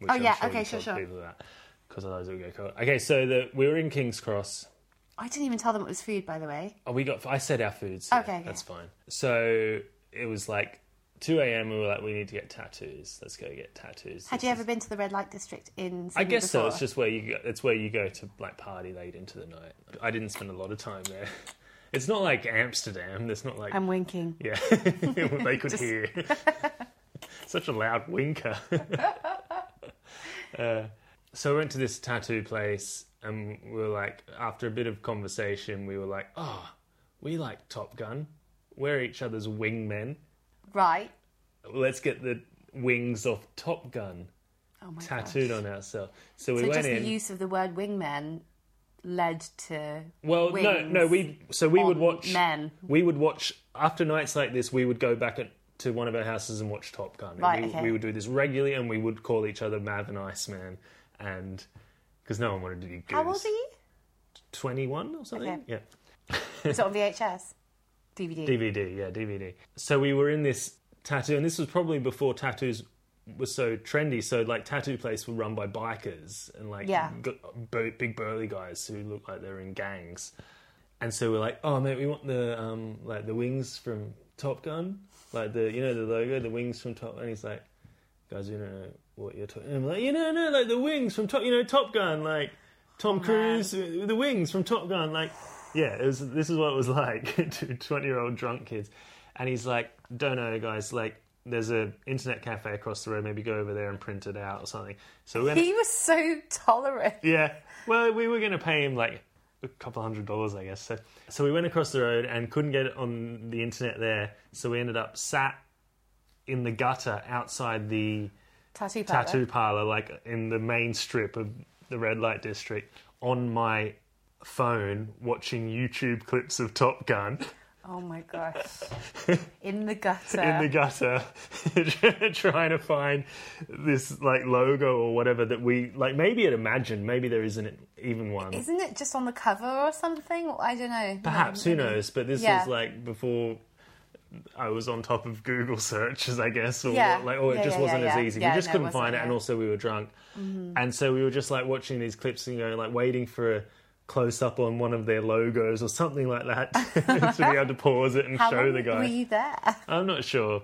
Speaker 1: Which
Speaker 2: Oh, yeah,
Speaker 1: you
Speaker 2: okay,
Speaker 1: told
Speaker 2: sure, sure.
Speaker 1: People that because otherwise it would go cold. Okay, so the, we were in King's Cross.
Speaker 2: I didn't even tell them it was food, by the way.
Speaker 1: Oh, we got. I said our foods. yeah,
Speaker 2: Okay, okay.
Speaker 1: that's fine. So it was like 2 a.m. We were like, we need to get tattoos. Let's go get tattoos.
Speaker 2: Had
Speaker 1: This
Speaker 2: you
Speaker 1: is-
Speaker 2: ever been to the red light district in?
Speaker 1: I
Speaker 2: Sydney
Speaker 1: guess so.
Speaker 2: before?
Speaker 1: It's just where you go, it's where you go to like party late into the night. I didn't spend a lot of time there. It's not like Amsterdam. There's not like
Speaker 2: I'm winking.
Speaker 1: yeah, they could hear. Such a loud winker. uh, so I went to this tattoo place, and we were like, after a bit of conversation, we were like, oh, we like Top Gun. We're each other's wingmen.
Speaker 2: Right.
Speaker 1: Let's get the wings of Top Gun
Speaker 2: Oh my god.
Speaker 1: tattooed on ourselves. So we
Speaker 2: So
Speaker 1: went
Speaker 2: just
Speaker 1: in.
Speaker 2: the use of the word wingman led to
Speaker 1: Well, no, no.
Speaker 2: wings
Speaker 1: We so we would
Speaker 2: on
Speaker 1: watch
Speaker 2: men.
Speaker 1: We would watch after nights like this. We would go back at, to one of our houses and watch Top Gun. And
Speaker 2: Right,
Speaker 1: we,
Speaker 2: okay.
Speaker 1: we would do this regularly, and we would call each other Mav and Iceman, and because no one wanted to be goose.
Speaker 2: How old are you?
Speaker 1: Twenty one or something.
Speaker 2: Okay.
Speaker 1: Yeah.
Speaker 2: Is it on VHS? DVD.
Speaker 1: DVD. Yeah, DVD. So we were in this tattoo, and this was probably before tattoos were so trendy. So like tattoo place were run by bikers and like
Speaker 2: Yeah.
Speaker 1: g- bu- big burly guys who look like they're in gangs. And so we're like, oh mate, we want the um like the wings from Top Gun, like the you know the logo, the wings from Top. And he's like, guys, you don't know what you're talking. I'm like, you know, no, like the wings from Top, you know, Top Gun, like Tom Cruise, uh, the wings from Top Gun, like yeah. It was this is what it was like to twenty year old drunk kids. And he's like, don't know, guys, like. There's a internet cafe across the road. Maybe go over there and print it out or something. So we went
Speaker 2: He was so tolerant.
Speaker 1: yeah. Well, we were going to pay him like a couple hundred dollars, I guess. So, so we went across the road and couldn't get it on the internet there. So we ended up sat in the gutter outside the
Speaker 2: Tattoo parlor.
Speaker 1: tattoo parlor, like in the main strip of the red light district, on my phone watching YouTube clips of Top Gun
Speaker 2: Oh my gosh. In the gutter.
Speaker 1: in the gutter, trying to find this like logo or whatever that we like. Maybe it imagined. Maybe there isn't even one.
Speaker 2: Isn't it just on the cover or something? I don't know.
Speaker 1: Perhaps, who knows? But this
Speaker 2: Yeah.
Speaker 1: was like before I was on top of Google searches, I guess, or
Speaker 2: Yeah.
Speaker 1: what- like, or it
Speaker 2: Yeah,
Speaker 1: just
Speaker 2: yeah,
Speaker 1: wasn't
Speaker 2: yeah,
Speaker 1: as
Speaker 2: yeah.
Speaker 1: easy.
Speaker 2: Yeah,
Speaker 1: we just
Speaker 2: no, it
Speaker 1: couldn't
Speaker 2: wasn't,
Speaker 1: find it, and
Speaker 2: yeah. Mm-hmm.
Speaker 1: also we were drunk, and so we were just like watching these clips and going like waiting for a close up on one of their logos or something like that to be able to pause it and
Speaker 2: How
Speaker 1: show
Speaker 2: long
Speaker 1: the guy.
Speaker 2: Were you there?
Speaker 1: I'm not sure,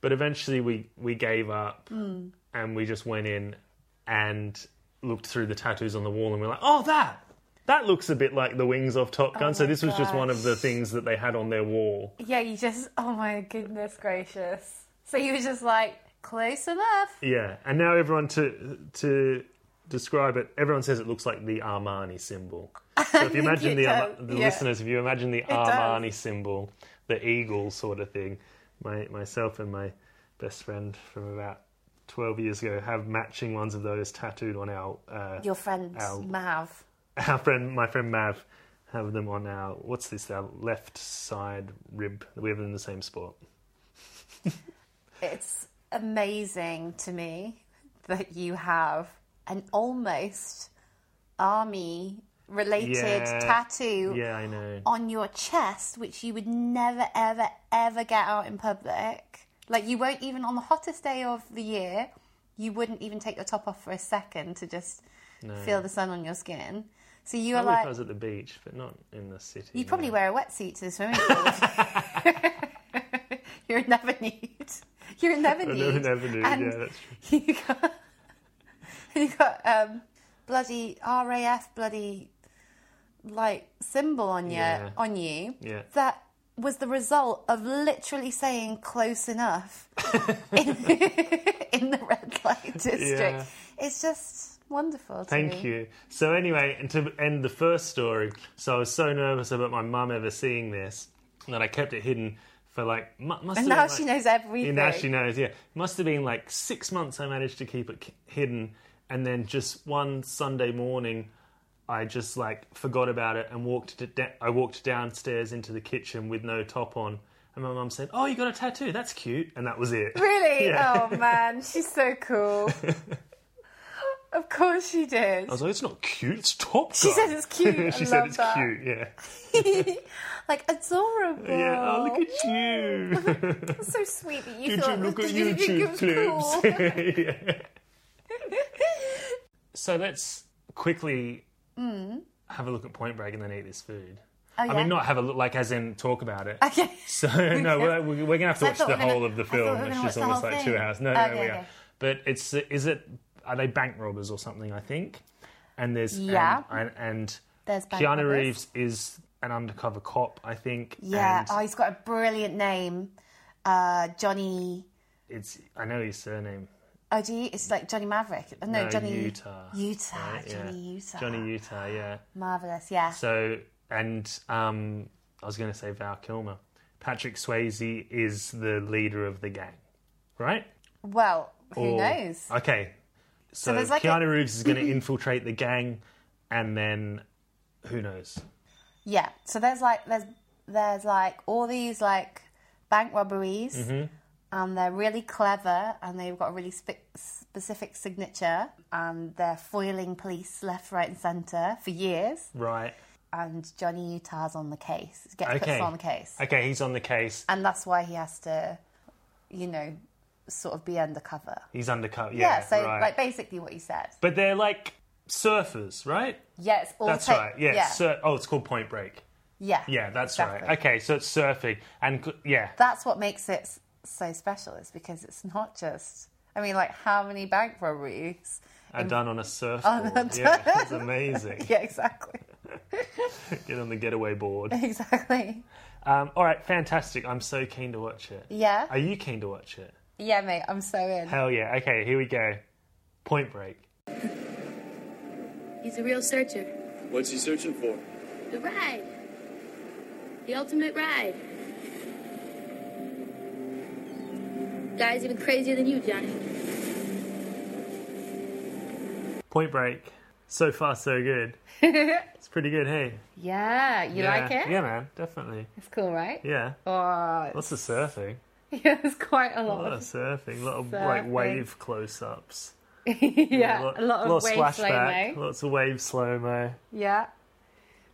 Speaker 1: but eventually we we gave up
Speaker 2: Hmm.
Speaker 1: and we just went in and looked through the tattoos on the wall and we are like, oh that that looks a bit like the wings of Top Gun. so
Speaker 2: Oh my
Speaker 1: this was just one of
Speaker 2: gosh.
Speaker 1: the things that they had on their wall.
Speaker 2: Yeah, you just. Oh my goodness gracious. So you were just like, close enough.
Speaker 1: Yeah, and now everyone to to describe it, everyone says it looks like the Armani symbol. So if you imagine
Speaker 2: it
Speaker 1: the
Speaker 2: does,
Speaker 1: Arma- the
Speaker 2: yeah.
Speaker 1: listeners, if you imagine the
Speaker 2: does.
Speaker 1: Armani symbol, the eagle sort of thing, my myself and my best friend from about twelve years ago have matching ones of those tattooed on our uh,
Speaker 2: Your friend
Speaker 1: Ow.
Speaker 2: Mav.
Speaker 1: our friend my friend Mav have them on our what's this our left side rib. We have them in the same spot.
Speaker 2: It's amazing to me that you have an almost army related
Speaker 1: Yeah.
Speaker 2: tattoo
Speaker 1: Yeah, I know.
Speaker 2: on your chest, which you would never, ever, ever get out in public. Like, you won't even on the hottest day of the year, you wouldn't even take your top off for a second to just feel the sun on your skin. So you are
Speaker 1: Probably if I
Speaker 2: like,
Speaker 1: was at the beach, but not in the city.
Speaker 2: you probably wear a wetsuit to the swimming pool. You're never nude. You're never
Speaker 1: I
Speaker 2: nude.
Speaker 1: never, never knew.
Speaker 2: And
Speaker 1: yeah, that's true.
Speaker 2: you got you got um bloody RAF bloody like symbol on you
Speaker 1: Yeah.
Speaker 2: on you
Speaker 1: Yeah.
Speaker 2: that was the result of literally saying close enough in, in the red light district.
Speaker 1: Yeah.
Speaker 2: It's just wonderful. To me.
Speaker 1: Thank you. So anyway, and to end the first story, so I was so nervous about my mum ever seeing this that I kept it hidden for like mu- must
Speaker 2: And
Speaker 1: have
Speaker 2: now
Speaker 1: been,
Speaker 2: she
Speaker 1: like-
Speaker 2: knows everything.
Speaker 1: Yeah, now she knows. Yeah, must have been like six months. I managed to keep it k- hidden, and then just one Sunday morning, I just like forgot about it and walked. it da- I walked downstairs into the kitchen with no top on, and my mum said, "Oh, you got a tattoo? That's cute." And that was it.
Speaker 2: Really?
Speaker 1: Yeah.
Speaker 2: Oh man, she's so cool. of course she did.
Speaker 1: I was like, "It's not cute. It's Top Gun."
Speaker 2: She said it's cute. I
Speaker 1: she said
Speaker 2: love
Speaker 1: it's
Speaker 2: that.
Speaker 1: cute. Yeah.
Speaker 2: like adorable.
Speaker 1: Yeah. Oh, look at you.
Speaker 2: That's so sweet that you
Speaker 1: Did you
Speaker 2: thought
Speaker 1: look at
Speaker 2: that you think it
Speaker 1: YouTube
Speaker 2: was
Speaker 1: clips?
Speaker 2: cool.
Speaker 1: Yeah. So let's quickly have a look at Point Break and then eat this food.
Speaker 2: Mm. Oh,
Speaker 1: I
Speaker 2: yeah?
Speaker 1: mean, not have a look, like as in talk about it.
Speaker 2: Okay.
Speaker 1: So no, we're, we're going to have to
Speaker 2: I
Speaker 1: watch the
Speaker 2: thought we were
Speaker 1: whole
Speaker 2: gonna-
Speaker 1: of the
Speaker 2: I thought we
Speaker 1: film,
Speaker 2: were
Speaker 1: which
Speaker 2: gonna
Speaker 1: is
Speaker 2: watch the
Speaker 1: almost
Speaker 2: whole
Speaker 1: like
Speaker 2: thing.
Speaker 1: two hours. No, no, we
Speaker 2: Okay,
Speaker 1: are.
Speaker 2: okay.
Speaker 1: But it's is it are they bank robbers or something? I think. And there's and-
Speaker 2: Yeah.
Speaker 1: and, and
Speaker 2: There's bank
Speaker 1: Keanu
Speaker 2: robbers.
Speaker 1: Reeves is an undercover cop, I think.
Speaker 2: Yeah.
Speaker 1: and
Speaker 2: Oh, he's got a brilliant name. Uh, Johnny.
Speaker 1: it's I know his surname.
Speaker 2: Oh, do you? It's like Johnny Maverick. Oh, no,
Speaker 1: No,
Speaker 2: Johnny
Speaker 1: Utah,
Speaker 2: Utah.
Speaker 1: right? Yeah.
Speaker 2: Johnny Utah.
Speaker 1: Johnny Utah, yeah.
Speaker 2: Marvelous. Yeah.
Speaker 1: So, and um, I was going to say Val Kilmer. Patrick Swayze is the leader of the gang, right?
Speaker 2: well, who
Speaker 1: Or-
Speaker 2: knows?
Speaker 1: Okay. So,
Speaker 2: there's like
Speaker 1: Keanu Reeves is going to infiltrate the gang, and then who knows?
Speaker 2: Yeah. So there's like there's there's like all these like bank robberies,
Speaker 1: Mm-hmm.
Speaker 2: and they're really clever, and they've got a really spe- specific signature, and they're foiling police left, right, and centre for years.
Speaker 1: Right.
Speaker 2: And Johnny Utah's on the case. Gets
Speaker 1: Okay.
Speaker 2: put on the case,
Speaker 1: Okay, he's on the case.
Speaker 2: and that's why he has to, you know, sort of be undercover.
Speaker 1: He's undercover.
Speaker 2: Yeah.
Speaker 1: Yeah.
Speaker 2: so
Speaker 1: right.
Speaker 2: like basically what you said.
Speaker 1: but they're like surfers, right?
Speaker 2: Yeah. It's all.
Speaker 1: That's
Speaker 2: ta-
Speaker 1: right. Yeah.
Speaker 2: Yeah.
Speaker 1: Sur- oh, it's called Point Break.
Speaker 2: yeah.
Speaker 1: Yeah, that's
Speaker 2: exactly.
Speaker 1: right. Okay, so it's surfing, and c- yeah,
Speaker 2: that's what makes it s- so special is because it's not just i mean like how many bank robberies
Speaker 1: and done on a surfboard. yeah, it's amazing.
Speaker 2: yeah exactly
Speaker 1: Get on the getaway board.
Speaker 2: exactly
Speaker 1: Um, all right, fantastic. I'm so keen to watch it.
Speaker 2: yeah
Speaker 1: Are you keen to watch it?
Speaker 2: yeah mate i'm so in
Speaker 1: Hell yeah. Okay, here we go. Point Break.
Speaker 3: He's a real searcher.
Speaker 4: What's he searching for?
Speaker 3: The ride. The ultimate ride. Guy's even crazier than you, Johnny.
Speaker 1: Point Break. So far, so good. it's pretty good, hey?
Speaker 2: yeah you
Speaker 1: yeah.
Speaker 2: like it
Speaker 1: Yeah, man, definitely.
Speaker 2: it's cool right
Speaker 1: Yeah.
Speaker 2: oh
Speaker 1: Lots of surfing.
Speaker 2: yeah it's quite a
Speaker 1: A lot
Speaker 2: lot
Speaker 1: of surfing. A lot of like
Speaker 2: Surfing.
Speaker 1: wave close ups.
Speaker 2: yeah, a lot of
Speaker 1: wave
Speaker 2: wave slow mo
Speaker 1: Lots of wave slow mo.
Speaker 2: yeah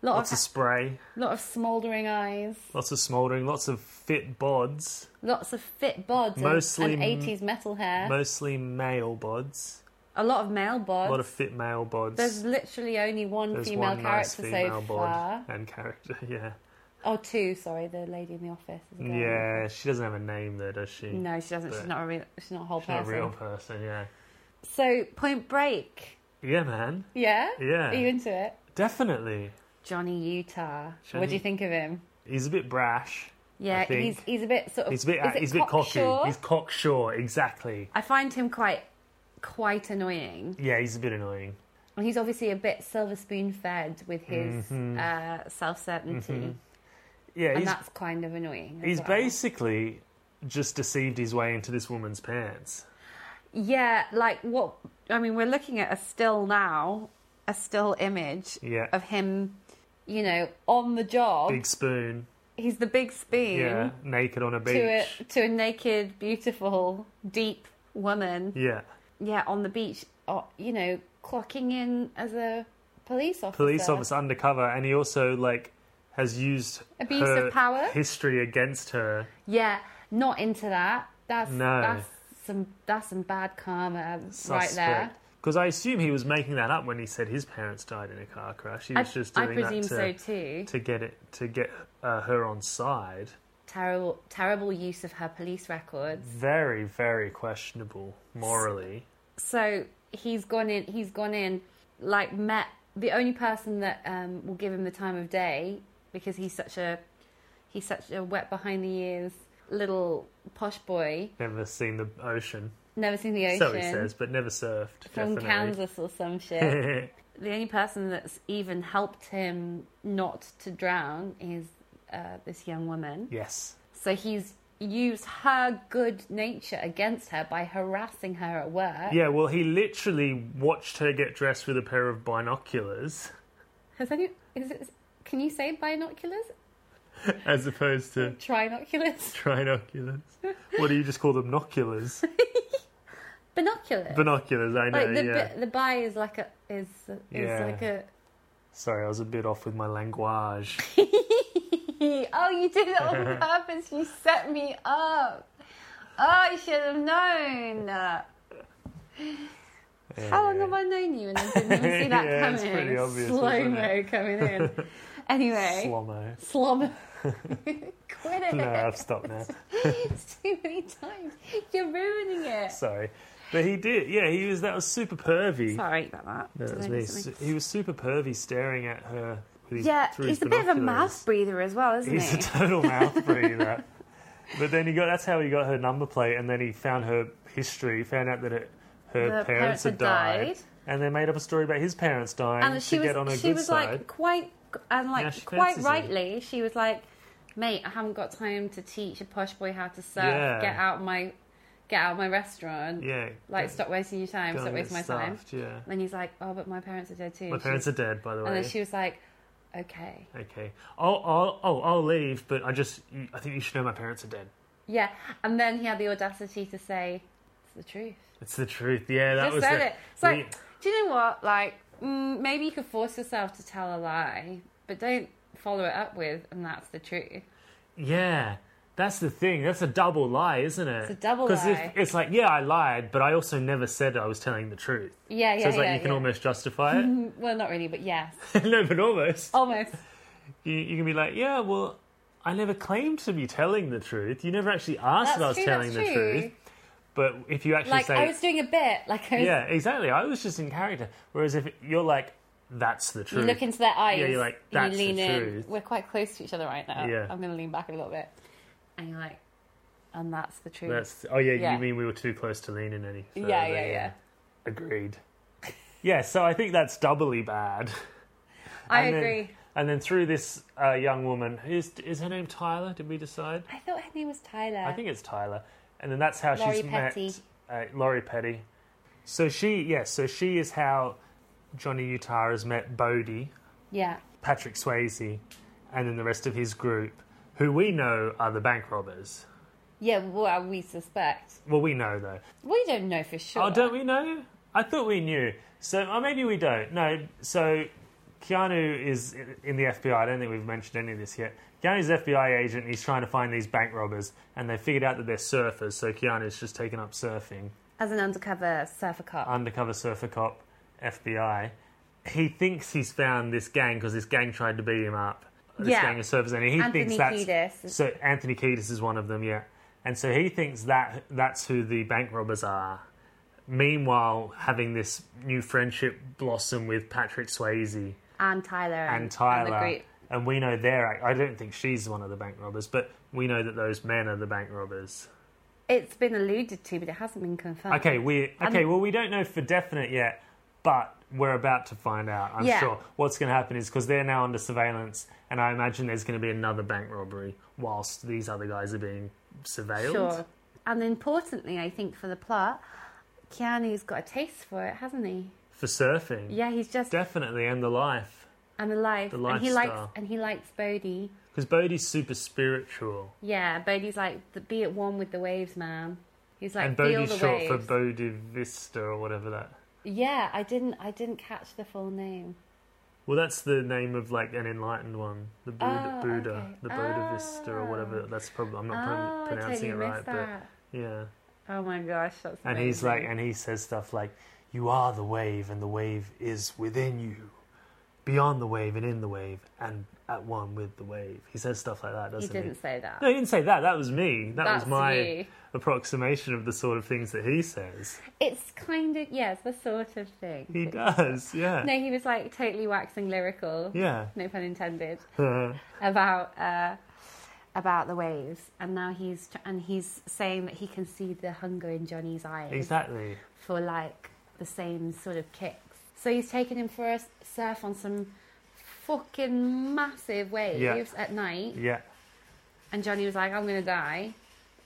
Speaker 2: lot
Speaker 1: Lots of
Speaker 2: of
Speaker 1: spray.
Speaker 2: lot of smouldering eyes
Speaker 1: Lots of smouldering. Lots of fit bods.
Speaker 2: lots of fit bods and-
Speaker 1: Mostly
Speaker 2: and,
Speaker 1: m-
Speaker 2: 80s metal hair
Speaker 1: Mostly male bods.
Speaker 2: a lot of male bods
Speaker 1: A lot of fit male bods.
Speaker 2: there's literally only one
Speaker 1: There's
Speaker 2: female
Speaker 1: one nice
Speaker 2: character
Speaker 1: female
Speaker 2: so far
Speaker 1: bod and character. Yeah,
Speaker 2: Oh, two. Sorry, the lady in the office. Is a girl.
Speaker 1: yeah. She doesn't have a name though, does she?
Speaker 2: No, she doesn't.
Speaker 1: But-
Speaker 2: She's not a real. She's not a whole
Speaker 1: She's not a
Speaker 2: person.
Speaker 1: real person. Yeah.
Speaker 2: So, Point Break.
Speaker 1: Yeah, man.
Speaker 2: Yeah.
Speaker 1: Yeah.
Speaker 2: Are you into it?
Speaker 1: Definitely.
Speaker 2: Johnny Utah.
Speaker 1: Johnny-
Speaker 2: What do you think of him?
Speaker 1: He's a bit brash.
Speaker 2: Yeah,
Speaker 1: think-
Speaker 2: he's he's a bit sort of.
Speaker 1: He's a bit.
Speaker 2: Oh, is it
Speaker 1: he's a bit cocky.
Speaker 2: cocksure?
Speaker 1: He's cocksure. Exactly.
Speaker 2: I find him quite quite annoying.
Speaker 1: Yeah, he's a bit annoying.
Speaker 2: And he's obviously a bit silver spoon fed with his uh, self certainty,
Speaker 1: Yeah,
Speaker 2: and
Speaker 1: Mm-hmm. he's
Speaker 2: that's kind of annoying. as
Speaker 1: he's
Speaker 2: well.
Speaker 1: basically just deceived his way into this woman's pants.
Speaker 2: Yeah, like what? I mean, we're looking at a still now, a still image
Speaker 1: Yeah.
Speaker 2: of him, you know, on the job.
Speaker 1: Big spoon.
Speaker 2: He's the big spoon
Speaker 1: Yeah, naked on a beach.
Speaker 2: to a to a naked, beautiful, deep woman.
Speaker 1: Yeah,
Speaker 2: Yeah, on the beach, or, you know, clocking in as a police officer.
Speaker 1: police officer undercover, and he also like has used
Speaker 2: Abuse
Speaker 1: her
Speaker 2: of power?
Speaker 1: history against her.
Speaker 2: Yeah, not into that. That's
Speaker 1: No.
Speaker 2: that's some that's some bad karma right there.
Speaker 1: Because I assume he was making that up when he said his parents died in a car crash. He was
Speaker 2: I,
Speaker 1: just
Speaker 2: I
Speaker 1: doing
Speaker 2: presume so
Speaker 1: that to,
Speaker 2: too.
Speaker 1: to get it to get uh, her on side.
Speaker 2: terrible terrible use of her police records.
Speaker 1: Very, very questionable morally.
Speaker 2: So he's gone in. He's gone in. Like met the only person that um, will give him the time of day because he's such a He's such a wet behind the ears little posh boy.
Speaker 1: Never seen the ocean.
Speaker 2: Never seen the ocean.
Speaker 1: So he says, but never surfed.
Speaker 2: From
Speaker 1: definitely.
Speaker 2: Kansas or some shit. the only person that's even helped him not to drown is uh, this young woman.
Speaker 1: yes.
Speaker 2: So he's used her good nature against her by harassing her at work.
Speaker 1: Yeah, well, he literally watched her get dressed with a pair of binoculars
Speaker 2: Has any? Is it? Can you say binoculars?
Speaker 1: as opposed to
Speaker 2: Trinoculars?
Speaker 1: trinoculars. What do you just call them? Noculars?
Speaker 2: Binoculars.
Speaker 1: Binoculars, I know,
Speaker 2: like the
Speaker 1: yeah.
Speaker 2: bi- the bi is like a is is
Speaker 1: Yeah.
Speaker 2: like a.
Speaker 1: Sorry, I was a bit off with my language.
Speaker 2: oh, you did it on purpose. You set me up. Oh, I should have known. How long have I known you? And I didn't even see that
Speaker 1: Yeah,
Speaker 2: coming.
Speaker 1: it's pretty obvious,
Speaker 2: Slow
Speaker 1: wasn't
Speaker 2: mo
Speaker 1: it?
Speaker 2: coming in. anyway,
Speaker 1: Slomo.
Speaker 2: slum. Quit it.
Speaker 1: No, I've stopped now.
Speaker 2: it's too many times. You're ruining it.
Speaker 1: Sorry. But he did, yeah, he was, that was super pervy.
Speaker 2: Sorry about that.
Speaker 1: No,
Speaker 2: Did
Speaker 1: that was
Speaker 2: I
Speaker 1: me.
Speaker 2: do something?
Speaker 1: He was super pervy staring at her with his,
Speaker 2: Yeah,
Speaker 1: through his
Speaker 2: he's a bit of a
Speaker 1: binoculars.
Speaker 2: mouth breather as well, isn't
Speaker 1: He's a
Speaker 2: he?
Speaker 1: total mouth breather. but then he got that's how he got her number plate, and then he found her history, found out that it, her
Speaker 2: The
Speaker 1: parents, had died, and they made up a story about his parents dying
Speaker 2: and she
Speaker 1: to
Speaker 2: was
Speaker 1: get on her
Speaker 2: she
Speaker 1: good
Speaker 2: was
Speaker 1: side.
Speaker 2: like quite and
Speaker 1: Now
Speaker 2: like
Speaker 1: she
Speaker 2: quite
Speaker 1: fancies him.
Speaker 2: rightly she was like mate i haven't got time to teach a posh boy how to surf
Speaker 1: Yeah.
Speaker 2: get out my get out my restaurant
Speaker 1: yeah,
Speaker 2: like
Speaker 1: go-
Speaker 2: stop wasting your time
Speaker 1: go
Speaker 2: stop
Speaker 1: and
Speaker 2: wasting my
Speaker 1: get
Speaker 2: time
Speaker 1: stuffed, Yeah,
Speaker 2: and he's like oh but my parents are dead too
Speaker 1: my
Speaker 2: And she-
Speaker 1: parents are dead, by the
Speaker 2: and
Speaker 1: way.
Speaker 2: then she was like okay
Speaker 1: Okay. I'll, I'll, oh, I'll leave, but I just, I think you should know my parents are dead.
Speaker 2: yeah and then he had the audacity to say it's the truth
Speaker 1: It's the truth. Yeah, that
Speaker 2: just
Speaker 1: was
Speaker 2: said
Speaker 1: the-
Speaker 2: it it's like
Speaker 1: we-
Speaker 2: do you know what like mm, maybe you could force yourself to tell a lie but don't follow it up with and that's the truth
Speaker 1: Yeah, that's the thing. That's a double lie, isn't it?
Speaker 2: It's a double lie.
Speaker 1: Because it's like, yeah, I lied, but I also never said I was telling the truth.
Speaker 2: Yeah, yeah,
Speaker 1: so it's like
Speaker 2: yeah,
Speaker 1: you can
Speaker 2: yeah. Mm-hmm.
Speaker 1: almost justify it.
Speaker 2: Mm, Well, not really, but yes,
Speaker 1: no, but almost.
Speaker 2: almost.
Speaker 1: You, you can be like, yeah, well, I never claimed to be telling the truth. You never actually asked
Speaker 2: That's
Speaker 1: if I was
Speaker 2: true,
Speaker 1: telling
Speaker 2: that's
Speaker 1: the
Speaker 2: true.
Speaker 1: truth. But if you actually
Speaker 2: Like
Speaker 1: say,
Speaker 2: I was doing a bit. Like I was.
Speaker 1: yeah, exactly, I was just in character. Whereas if you're like, that's the
Speaker 2: You
Speaker 1: truth.
Speaker 2: look into their eyes.
Speaker 1: you're like,
Speaker 2: and
Speaker 1: "That's the
Speaker 2: you lean in.
Speaker 1: truth."
Speaker 2: We're quite close to each other right now.
Speaker 1: Yeah.
Speaker 2: I'm going to lean back a little bit, and you're like, and that's the truth.
Speaker 1: That's oh yeah,
Speaker 2: Yeah.
Speaker 1: you mean we were too close to leaning any?
Speaker 2: Yeah,
Speaker 1: further,
Speaker 2: yeah, yeah.
Speaker 1: Agreed. Yeah, so I think that's doubly bad.
Speaker 2: I
Speaker 1: And then-
Speaker 2: agree.
Speaker 1: and then through this uh, young woman, is is her name Tyler? Did we decide?
Speaker 2: I thought her name was Tyler.
Speaker 1: I think it's Tyler. And then that's how
Speaker 2: Laurie
Speaker 1: she's met
Speaker 2: Petty.
Speaker 1: uh, Laurie Petty. So she, yes, so she is how Johnny Utah has met Bodie,
Speaker 2: Yeah.
Speaker 1: Patrick Swayze, and then the rest of his group, who we know are the bank robbers.
Speaker 2: Yeah. Well, uh, we suspect.
Speaker 1: Well, we know though.
Speaker 2: We don't know for sure.
Speaker 1: Oh, don't we know? I thought we knew. So, or maybe we don't. No. So, Keanu is in the FBI. I don't think we've mentioned any of this yet. Keanu's an FBI agent. He's trying to find these bank robbers, and they figured out that they're surfers. So Keanu's just taken up surfing,
Speaker 2: As an undercover surfer cop.
Speaker 1: undercover surfer cop, FBI. He thinks he's found this gang because this gang tried to beat him up. This
Speaker 2: Yeah.
Speaker 1: gang of surfers, and he
Speaker 2: Anthony
Speaker 1: thinks that's
Speaker 2: Kiedis is-
Speaker 1: so. Anthony Kiedis is one of them, yeah. And so he thinks that that's who the bank robbers are meanwhile having this new friendship blossom with Patrick Swayze
Speaker 2: and Tyler. And,
Speaker 1: and
Speaker 2: And
Speaker 1: Tyler.
Speaker 2: the
Speaker 1: And,
Speaker 2: group.
Speaker 1: we know they're, I don't think she's one of the bank robbers, but we know that those men are the bank robbers.
Speaker 2: It's been alluded to, but it hasn't been confirmed.
Speaker 1: Okay, we, okay, well, we don't know for definite yet, but we're about to find out, I'm
Speaker 2: Yeah.
Speaker 1: sure. What's going to happen is because they're now under surveillance, and I imagine there's going to be another bank robbery whilst these other guys are being surveilled.
Speaker 2: Sure. And importantly, I think for the plot, Keanu's got a taste for it, hasn't he?
Speaker 1: For surfing.
Speaker 2: Yeah, he's just
Speaker 1: Definitely, and the life.
Speaker 2: and the life,
Speaker 1: The
Speaker 2: and he likes
Speaker 1: lifestyle.
Speaker 2: and he likes Bodhi.
Speaker 1: Because Bodhi's super spiritual.
Speaker 2: Yeah, Bodhi's like the, be at one with the waves, man. He's like
Speaker 1: and
Speaker 2: feel
Speaker 1: Bodhi's
Speaker 2: the
Speaker 1: short for
Speaker 2: waves.
Speaker 1: Bodhi Vista or whatever that.
Speaker 2: yeah, I didn't I didn't catch the full name.
Speaker 1: Well, that's the name of like an enlightened one, the Buddha,
Speaker 2: Oh,
Speaker 1: Buddha
Speaker 2: okay. Ah.
Speaker 1: the Bodhi Vista or whatever. That's probably I'm not
Speaker 2: Oh,
Speaker 1: pro-
Speaker 2: I totally
Speaker 1: pronouncing it right,
Speaker 2: missed that.
Speaker 1: but yeah.
Speaker 2: Oh my gosh, that's
Speaker 1: And he's like,
Speaker 2: amazing.
Speaker 1: and he says stuff like, "You are the wave, and the wave is within you, beyond the wave and in the wave, and at one with the wave." He says stuff like that,
Speaker 2: you
Speaker 1: doesn't he?
Speaker 2: didn't say that.
Speaker 1: No, he didn't say that. That was me. That
Speaker 2: That's
Speaker 1: was my
Speaker 2: you.
Speaker 1: approximation of the sort of things that he says.
Speaker 2: It's kind of yeah, it's the sort of thing.
Speaker 1: He does, yeah.
Speaker 2: No, he was like totally waxing lyrical.
Speaker 1: Yeah.
Speaker 2: No pun intended. about uh, about the waves, and now he's tr- and he's saying that he can see the hunger in Johnny's eyes
Speaker 1: Exactly.
Speaker 2: for like the same sort of kicks. So he's taking him for a s- surf on some fucking massive waves at night,
Speaker 1: Yeah.
Speaker 2: and Johnny was like, "I'm gonna die,"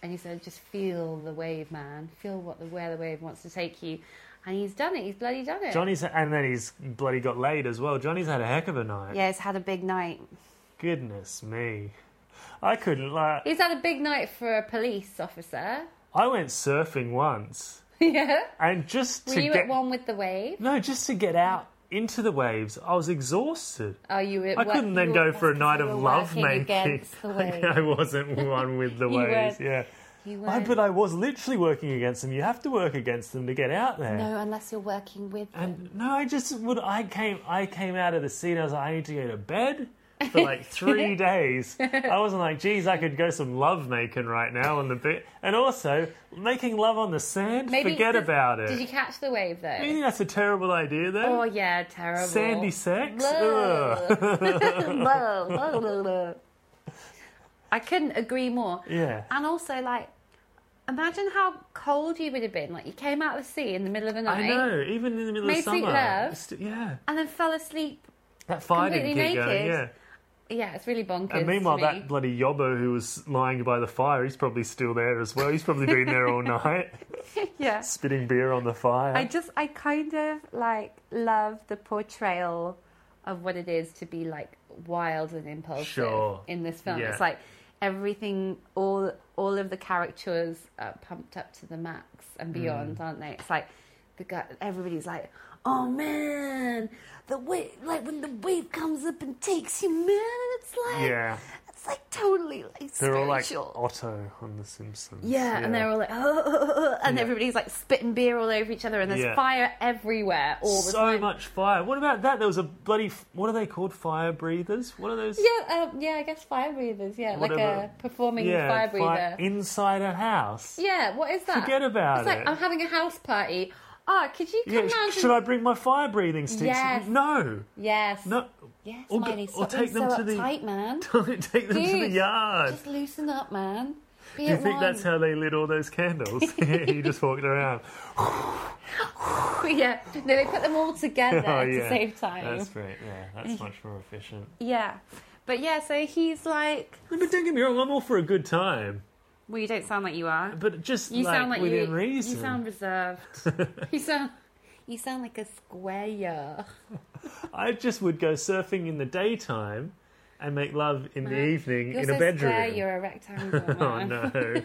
Speaker 2: and he said, "Just feel the wave, man. Feel what the where the wave wants to take you." And he's done it. He's bloody done it.
Speaker 1: Johnny's and then he's bloody got laid as well. Johnny's had a heck of a night.
Speaker 2: Yeah, he's had a big night.
Speaker 1: Goodness me. I couldn't like
Speaker 2: He's had a big night for a police officer.
Speaker 1: I went surfing once
Speaker 2: yeah.
Speaker 1: and just
Speaker 2: Were
Speaker 1: to
Speaker 2: you
Speaker 1: get
Speaker 2: at one with the wave?
Speaker 1: No, just to get out into the waves. I was exhausted.
Speaker 2: Oh, you were.
Speaker 1: I couldn't then go for a night of love making.
Speaker 2: Against the wave.
Speaker 1: I wasn't one with the
Speaker 2: You
Speaker 1: waves.
Speaker 2: weren't.
Speaker 1: Yeah.
Speaker 2: You
Speaker 1: I,
Speaker 2: weren't.
Speaker 1: but I was literally working against them. You have to work against them to get out there.
Speaker 2: no, unless you're working with. them.
Speaker 1: And no, I just would. I came. I came out of the scene. I was like, I need to go to bed for like three days. I wasn't like, geez, I could go some love making right now on the bit. And also making love on the sand. forget
Speaker 2: did-
Speaker 1: about it.
Speaker 2: Did you catch the wave
Speaker 1: Do you
Speaker 2: though?
Speaker 1: think that's a terrible idea, though?
Speaker 2: Oh yeah, terrible.
Speaker 1: Sandy sex.
Speaker 2: Whoa.
Speaker 1: Ugh.
Speaker 2: Blah, blah, blah, blah. I couldn't agree more.
Speaker 1: Yeah.
Speaker 2: And also, like, imagine how cold you would have been. Like, you came out of the sea in the middle of the night
Speaker 1: I know. Even in the middle
Speaker 2: Made
Speaker 1: of summer.
Speaker 2: sweet love.
Speaker 1: St- yeah.
Speaker 2: and then fell asleep.
Speaker 1: That fire didn't keep
Speaker 2: Completely
Speaker 1: going.
Speaker 2: naked.
Speaker 1: Yeah.
Speaker 2: Yeah, it's really bonkers.
Speaker 1: And
Speaker 2: to
Speaker 1: meanwhile,
Speaker 2: me.
Speaker 1: that bloody yobbo who was lying by the fire, he's probably still there as well. He's probably been there all night,
Speaker 2: yeah.
Speaker 1: spitting beer on the fire.
Speaker 2: I just I kind of like love the portrayal of what it is to be like wild and impulsive
Speaker 1: Sure.
Speaker 2: in this film.
Speaker 1: Yeah.
Speaker 2: It's like everything all all of the characters are pumped up to the max
Speaker 1: Mm.
Speaker 2: and beyond, aren't they? It's like the guy, everybody's like, "Oh man, the wave like when the wave comes up and takes you, man, it's like
Speaker 1: Yeah.
Speaker 2: it's like totally like
Speaker 1: They're all like
Speaker 2: spiritual."
Speaker 1: Otto on The Simpsons.
Speaker 2: Yeah, and they're all like, oh, oh, oh," and everybody's like spitting beer all over each other, and there's
Speaker 1: Yeah.
Speaker 2: fire everywhere all the
Speaker 1: so
Speaker 2: time.
Speaker 1: much fire. What about that? There was a bloody. f- What are they called? Fire breathers. What are those?
Speaker 2: Yeah, um, yeah, I guess fire breathers. Yeah, like
Speaker 1: Whatever.
Speaker 2: a performing
Speaker 1: Yeah,
Speaker 2: fire
Speaker 1: fi-
Speaker 2: breather.
Speaker 1: inside a house.
Speaker 2: yeah, what is that?
Speaker 1: Forget about
Speaker 2: it's like,
Speaker 1: it.
Speaker 2: I'm having a house party. Oh, could you come
Speaker 1: Yeah,
Speaker 2: round?
Speaker 1: sh- should I
Speaker 2: and-
Speaker 1: bring my fire breathing sticks?
Speaker 2: Yes.
Speaker 1: No,
Speaker 2: Yes.
Speaker 1: no.
Speaker 2: Yes,
Speaker 1: Or go-
Speaker 2: Miley.
Speaker 1: or
Speaker 2: Stop
Speaker 1: take
Speaker 2: being
Speaker 1: them
Speaker 2: so
Speaker 1: to the-
Speaker 2: uptight, man.
Speaker 1: Don't take them to the
Speaker 2: Dude,
Speaker 1: yard.
Speaker 2: Just loosen up, man. Be
Speaker 1: Do you
Speaker 2: at
Speaker 1: think
Speaker 2: one.
Speaker 1: that's how they lit all those candles? he just walked around.
Speaker 2: yeah. No, they put them all together
Speaker 1: Oh,
Speaker 2: to
Speaker 1: yeah.
Speaker 2: save time.
Speaker 1: That's great. Yeah, that's much more efficient.
Speaker 2: Yeah. But yeah, so he's like,
Speaker 1: But don't get me wrong, I'm all for a good time.
Speaker 2: well, you don't sound like you are.
Speaker 1: But just
Speaker 2: You
Speaker 1: like,
Speaker 2: sound like
Speaker 1: within
Speaker 2: you,
Speaker 1: reason.
Speaker 2: You sound reserved. you sound you sound like a square.
Speaker 1: I just would go surfing in the daytime and make love in the evening
Speaker 2: You're
Speaker 1: in
Speaker 2: so
Speaker 1: a bedroom.
Speaker 2: square. You're a rectangle.
Speaker 1: oh
Speaker 2: man.
Speaker 1: no.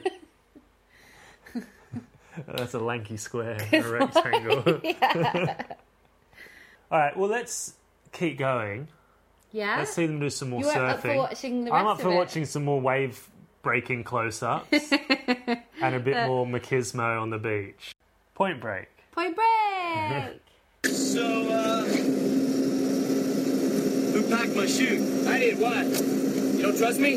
Speaker 1: Oh, That's a lanky square, a rectangle. All right, well let's keep going.
Speaker 2: Yeah.
Speaker 1: Let's see them do some more
Speaker 2: You're
Speaker 1: surfing.
Speaker 2: Ah, up for watching the rest
Speaker 1: I'm up for
Speaker 2: of it.
Speaker 1: watching some more wave breaking close ups and a
Speaker 2: Uh,
Speaker 1: bit more machismo on the beach. Point break.
Speaker 2: Point Break.
Speaker 4: So, uh, who packed my shoe? I did what? You don't trust me?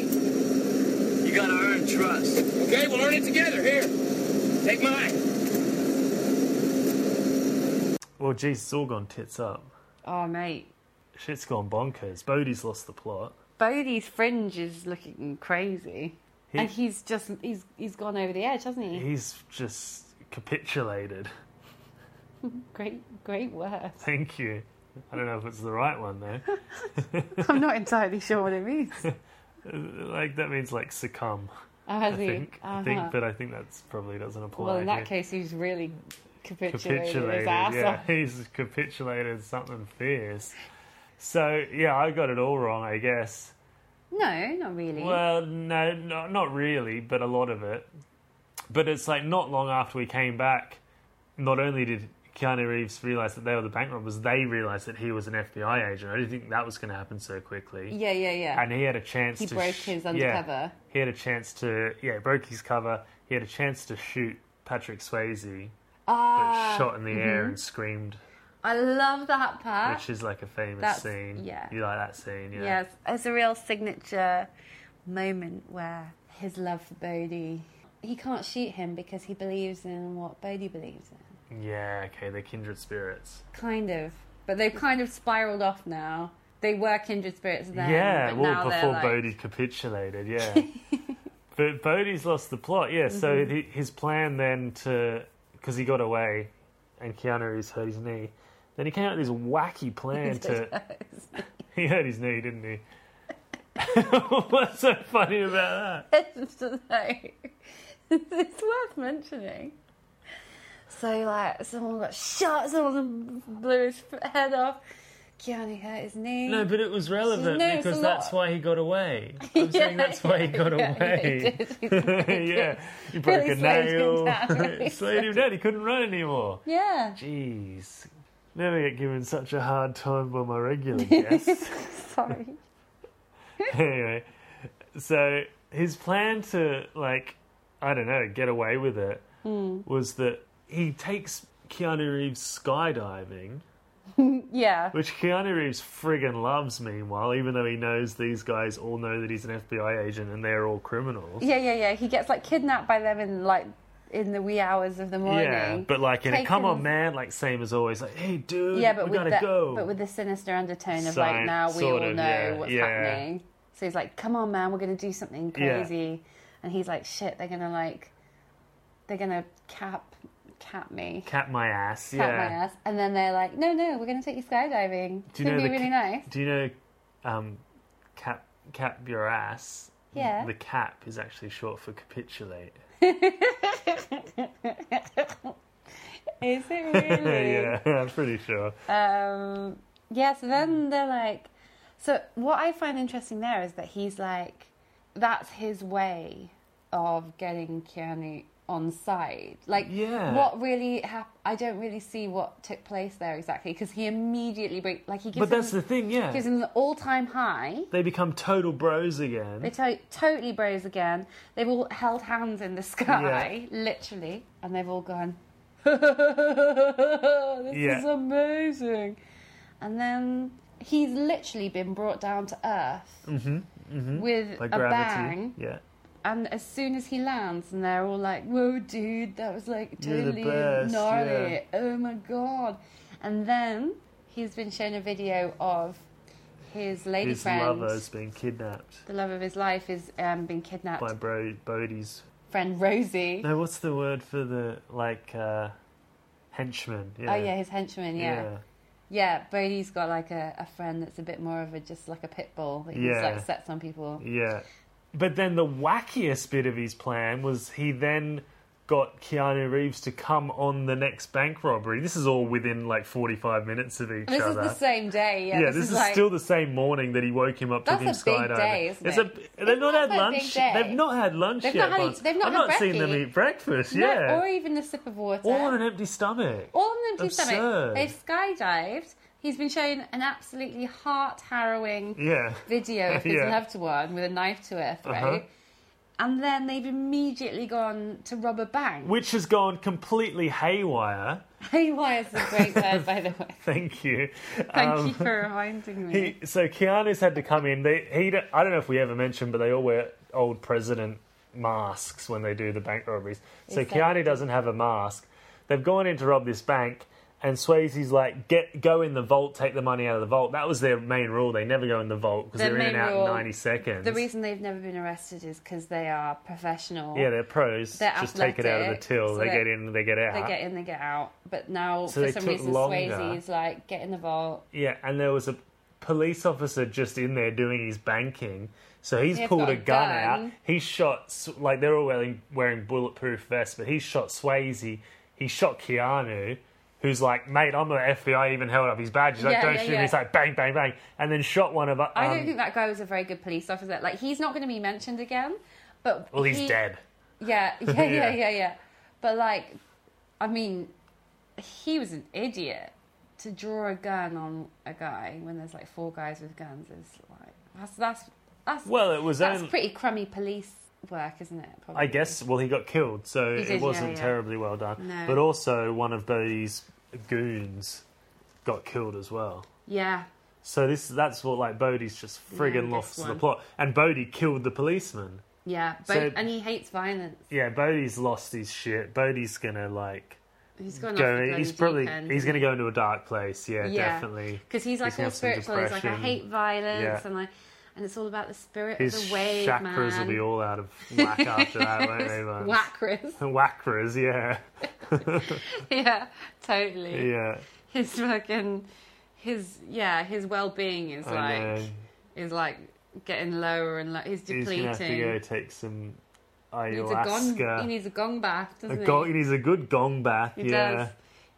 Speaker 4: You gotta earn trust. Okay, we'll earn it together. Here, take mine.
Speaker 1: Well, geez, it's all gone tits up.
Speaker 2: oh mate,
Speaker 1: Shit's gone bonkers. Bodie's lost the plot.
Speaker 2: Bodie's fringe is looking crazy,
Speaker 1: He-
Speaker 2: and he's just he's he's gone over the edge, hasn't he?
Speaker 1: He's just capitulated.
Speaker 2: Great great work.
Speaker 1: Thank you. I don't know if it's the right one though.
Speaker 2: I'm not entirely sure what it means.
Speaker 1: Like that means like succumb.
Speaker 2: Oh, has
Speaker 1: I
Speaker 2: he?
Speaker 1: think. I think,
Speaker 2: Uh-huh.
Speaker 1: but I think that's probably doesn't apply.
Speaker 2: well, in that
Speaker 1: here.
Speaker 2: case, he's really capitulated,
Speaker 1: capitulated.
Speaker 2: his ass
Speaker 1: Yeah,
Speaker 2: off.
Speaker 1: he's capitulated something fierce. So yeah, I got it all wrong, I guess.
Speaker 2: No, not really.
Speaker 1: Well, no, no, not really, but a lot of it. But it's like not long after we came back, not only did Keanu Reeves realize that they were the bank robbers, they realized that he was an FBI agent. I didn't think that was going to happen so quickly.
Speaker 2: yeah, yeah, yeah.
Speaker 1: And he had a chance.
Speaker 2: He
Speaker 1: to
Speaker 2: broke
Speaker 1: sh-
Speaker 2: his
Speaker 1: yeah.
Speaker 2: undercover.
Speaker 1: he had a chance to yeah broke his cover. He had a chance to shoot Patrick Swayze,
Speaker 2: Ah, mm-hmm.
Speaker 1: but shot in the air and screamed
Speaker 2: I love that part.
Speaker 1: which is like a famous
Speaker 2: That's-
Speaker 1: scene.
Speaker 2: yeah.
Speaker 1: You like that scene, yeah.
Speaker 2: Yes, it's a real signature moment where his love for Bodhi. He can't shoot him because he believes in what Bodhi believes in.
Speaker 1: Yeah, okay, they're kindred spirits.
Speaker 2: Kind of. But they've kind of spiraled off now. They were kindred spirits then.
Speaker 1: yeah,
Speaker 2: but
Speaker 1: well
Speaker 2: now they're
Speaker 1: before
Speaker 2: like,
Speaker 1: Bodhi capitulated, yeah. But Bodhi's lost the plot, yeah. So
Speaker 2: Mm-hmm.
Speaker 1: the, his plan then to because he got away, and Keanu Reeves hurt his knee. Then he came out with this wacky plan to. he hurt his knee, didn't he? What's so funny about that?
Speaker 2: I don't know. it's worth mentioning. So, like, someone got shot, someone blew his head off, Keanu hurt his knee.
Speaker 1: No, but it was relevant
Speaker 2: No, it's a
Speaker 1: because that's
Speaker 2: lot.
Speaker 1: why he got away. I'm saying
Speaker 2: Yeah,
Speaker 1: that's why he got
Speaker 2: yeah, yeah, he
Speaker 1: away.
Speaker 2: did. He
Speaker 1: yeah, he broke
Speaker 2: Really
Speaker 1: a
Speaker 2: slowed him
Speaker 1: nail,
Speaker 2: down, really
Speaker 1: slayed him down. He couldn't run anymore.
Speaker 2: yeah.
Speaker 1: Jeez. Never get given such a hard time by my regular guests.
Speaker 2: Sorry.
Speaker 1: anyway, so his plan to, like, I don't know, get away with it was that he takes Keanu Reeves skydiving,
Speaker 2: Yeah.
Speaker 1: which Keanu Reeves friggin' loves, meanwhile, even though he knows these guys all know that he's an FBI agent and they're all criminals.
Speaker 2: Yeah, yeah, yeah. He gets, like, kidnapped by them in, like, in the wee hours of the morning.
Speaker 1: Yeah, but like in a come on
Speaker 2: Taken-
Speaker 1: man, like same as always, like hey dude,
Speaker 2: Yeah, but
Speaker 1: we
Speaker 2: with
Speaker 1: gotta
Speaker 2: the,
Speaker 1: go.
Speaker 2: But with the sinister undertone of
Speaker 1: Sci-
Speaker 2: like now we all
Speaker 1: sort of,
Speaker 2: know
Speaker 1: yeah,
Speaker 2: what's
Speaker 1: yeah.
Speaker 2: happening. So he's like, "Come on, man, we're gonna do something
Speaker 1: Yeah.
Speaker 2: crazy," and he's like, "Shit, they're gonna like, they're gonna cap cap me."
Speaker 1: Cap my ass,
Speaker 2: Cap
Speaker 1: yeah.
Speaker 2: my ass, and then they're like, "No, no, we're gonna take you skydiving. It's
Speaker 1: Do you
Speaker 2: gonna
Speaker 1: know
Speaker 2: be
Speaker 1: the
Speaker 2: really
Speaker 1: ca-
Speaker 2: nice."
Speaker 1: Do you know um, cap cap your ass?
Speaker 2: Yeah.
Speaker 1: The cap is actually short for capitulate.
Speaker 2: Is it really?
Speaker 1: yeah, I'm pretty sure.
Speaker 2: um, yeah, so
Speaker 1: Hmm.
Speaker 2: then they're like, so what I find interesting there is that he's like, that's his way of getting Keanu on side. Like,
Speaker 1: Yeah.
Speaker 2: what really happened? I don't really see what took place there exactly because he immediately break like he gives
Speaker 1: But that's the
Speaker 2: him,
Speaker 1: thing, yeah.
Speaker 2: gives him the all time high.
Speaker 1: They become total bros
Speaker 2: They
Speaker 1: again.
Speaker 2: to- totally bros again. They've all held hands in the sky, literally, and they've all gone. this
Speaker 1: Yeah.
Speaker 2: is amazing. And then he's literally been brought down to earth with
Speaker 1: By
Speaker 2: a
Speaker 1: Mm-hmm, gravity.
Speaker 2: bang.
Speaker 1: Yeah.
Speaker 2: And as soon as he lands, and they're all like, "Whoa, dude, that was like
Speaker 1: You're the
Speaker 2: totally
Speaker 1: best,
Speaker 2: gnarly!
Speaker 1: yeah."
Speaker 2: Oh my god!" And then he's been shown a video of his lady
Speaker 1: His
Speaker 2: friend,
Speaker 1: lover's been kidnapped
Speaker 2: the love of his life, is um, been kidnapped
Speaker 1: by bro Bodie's
Speaker 2: friend Rosie.
Speaker 1: No, what's the word for the like uh henchman? Yeah.
Speaker 2: Oh yeah, his henchman. Yeah, yeah.
Speaker 1: yeah.
Speaker 2: Bodie's got like a, a friend that's a bit more of a just like a pit bull that
Speaker 1: Yeah.
Speaker 2: just like sets on people.
Speaker 1: Yeah. But then the wackiest bit of his plan was he then got Keanu Reeves to come on the next bank robbery. This is all within like 45 minutes of each
Speaker 2: This is
Speaker 1: other.
Speaker 2: the same day. Yeah,
Speaker 1: yeah, this, is,
Speaker 2: like,
Speaker 1: still the same morning that he woke him up to
Speaker 2: That's
Speaker 1: him
Speaker 2: a big
Speaker 1: skydiving.
Speaker 2: day, isn't
Speaker 1: it's
Speaker 2: it?
Speaker 1: A, they've not had
Speaker 2: that quite a big
Speaker 1: lunch.
Speaker 2: day?
Speaker 1: They've not had lunch
Speaker 2: They've
Speaker 1: yet.
Speaker 2: not had-
Speaker 1: Bunce.
Speaker 2: they've not
Speaker 1: I've
Speaker 2: had
Speaker 1: not seen them
Speaker 2: brekkie.
Speaker 1: eat breakfast.
Speaker 2: No,
Speaker 1: yeah,
Speaker 2: or uh, even a sip of water.
Speaker 1: all on an empty stomach.
Speaker 2: All on an empty
Speaker 1: Absurd.
Speaker 2: stomach. They've skydived. He's been shown an absolutely heart harrowing
Speaker 1: yeah,
Speaker 2: video of his
Speaker 1: Yeah.
Speaker 2: loved one with a knife to her throat.
Speaker 1: Uh-huh.
Speaker 2: And then they've immediately gone to rob a bank.
Speaker 1: which has gone completely haywire.
Speaker 2: Haywire's a great word, by the way.
Speaker 1: Thank you.
Speaker 2: Thank
Speaker 1: Um,
Speaker 2: you for reminding me.
Speaker 1: He, so Keanu's had to come in. They, he, don't- I don't know if we ever mentioned, but they all wear old president masks when they do the bank robberies. So
Speaker 2: Exactly.
Speaker 1: Keanu doesn't have a mask. They've gone in to rob this bank, and Swayze's like, "Get go in the vault, take the money out of the vault." That was their main rule. They never go in the vault because
Speaker 2: Their
Speaker 1: they're in and
Speaker 2: main
Speaker 1: out
Speaker 2: rule-
Speaker 1: in ninety seconds.
Speaker 2: The reason they've never been arrested is because they are professional.
Speaker 1: yeah, they're pros.
Speaker 2: They're
Speaker 1: Just take it out of the
Speaker 2: athletic,
Speaker 1: till.
Speaker 2: so
Speaker 1: they
Speaker 2: they-
Speaker 1: get in, they get out.
Speaker 2: They get in, they get out. But now,
Speaker 1: So they
Speaker 2: for some
Speaker 1: took
Speaker 2: reason,
Speaker 1: longer.
Speaker 2: Swayze's like, get in the vault.
Speaker 1: Yeah, and there was a police officer just in there doing his banking. So he's
Speaker 2: They've
Speaker 1: pulled
Speaker 2: got
Speaker 1: a
Speaker 2: a
Speaker 1: gun,
Speaker 2: gun.
Speaker 1: out. He shot S- like they're all wearing, wearing bulletproof vests, but he shot Swayze. He shot Keanu, who's like, "Mate, I'm the FBI." Even held up his badge. He's like,
Speaker 2: Yeah,
Speaker 1: "Don't
Speaker 2: yeah,
Speaker 1: shoot
Speaker 2: yeah.
Speaker 1: me!" He's like, "Bang, bang, bang!" And then shot one of. Um,
Speaker 2: I don't think that guy was a very good police officer. Like, he's not going to be mentioned again. But
Speaker 1: well, he's
Speaker 2: he-
Speaker 1: dead.
Speaker 2: Yeah, yeah,
Speaker 1: Yeah.
Speaker 2: yeah, yeah, yeah. But, like, I mean, he was an idiot to draw a gun on a guy when there's like four guys with guns. Is like, that's, that's, that's,
Speaker 1: Well, it was
Speaker 2: that's
Speaker 1: only-
Speaker 2: pretty crummy police work, isn't it? Probably.
Speaker 1: I guess. Well, he got killed, so
Speaker 2: He did,
Speaker 1: it
Speaker 2: yeah,
Speaker 1: wasn't
Speaker 2: yeah.
Speaker 1: terribly well done.
Speaker 2: No.
Speaker 1: But also, one of those goons got killed as well.
Speaker 2: Yeah.
Speaker 1: So this that's what like Bodhi's just friggin'
Speaker 2: this
Speaker 1: lost the
Speaker 2: one.
Speaker 1: plot, and Bodhi killed the policeman.
Speaker 2: Yeah, but
Speaker 1: So-
Speaker 2: and he hates violence.
Speaker 1: Yeah, Bodhi's lost his shit. Bodhi's gonna like
Speaker 2: He's gone off the
Speaker 1: go.
Speaker 2: bloody
Speaker 1: He's probably
Speaker 2: deep end.
Speaker 1: he's gonna go into a dark place. Yeah, definitely.
Speaker 2: Because he's like
Speaker 1: He's gonna
Speaker 2: all
Speaker 1: have some
Speaker 2: spiritual. He's like, I
Speaker 1: depression.
Speaker 2: hate violence,
Speaker 1: Yeah.
Speaker 2: and I, and it's all about the spirit
Speaker 1: His
Speaker 2: of the wave,
Speaker 1: chakras
Speaker 2: man.
Speaker 1: will be all out of whack after that, won't they, man?
Speaker 2: Whackers.
Speaker 1: Whackers, yeah.
Speaker 2: yeah, totally.
Speaker 1: Yeah.
Speaker 2: His fucking, his yeah, his well-being is
Speaker 1: I know.
Speaker 2: like is like getting lower and lower. He's
Speaker 1: He's
Speaker 2: depleting.
Speaker 1: going to have to go take some
Speaker 2: He needs a gong.
Speaker 1: ayahuasca.
Speaker 2: He needs a gong bath,
Speaker 1: a
Speaker 2: doesn't
Speaker 1: gong,
Speaker 2: he?
Speaker 1: he needs a good gong bath,
Speaker 2: He
Speaker 1: yeah.
Speaker 2: does.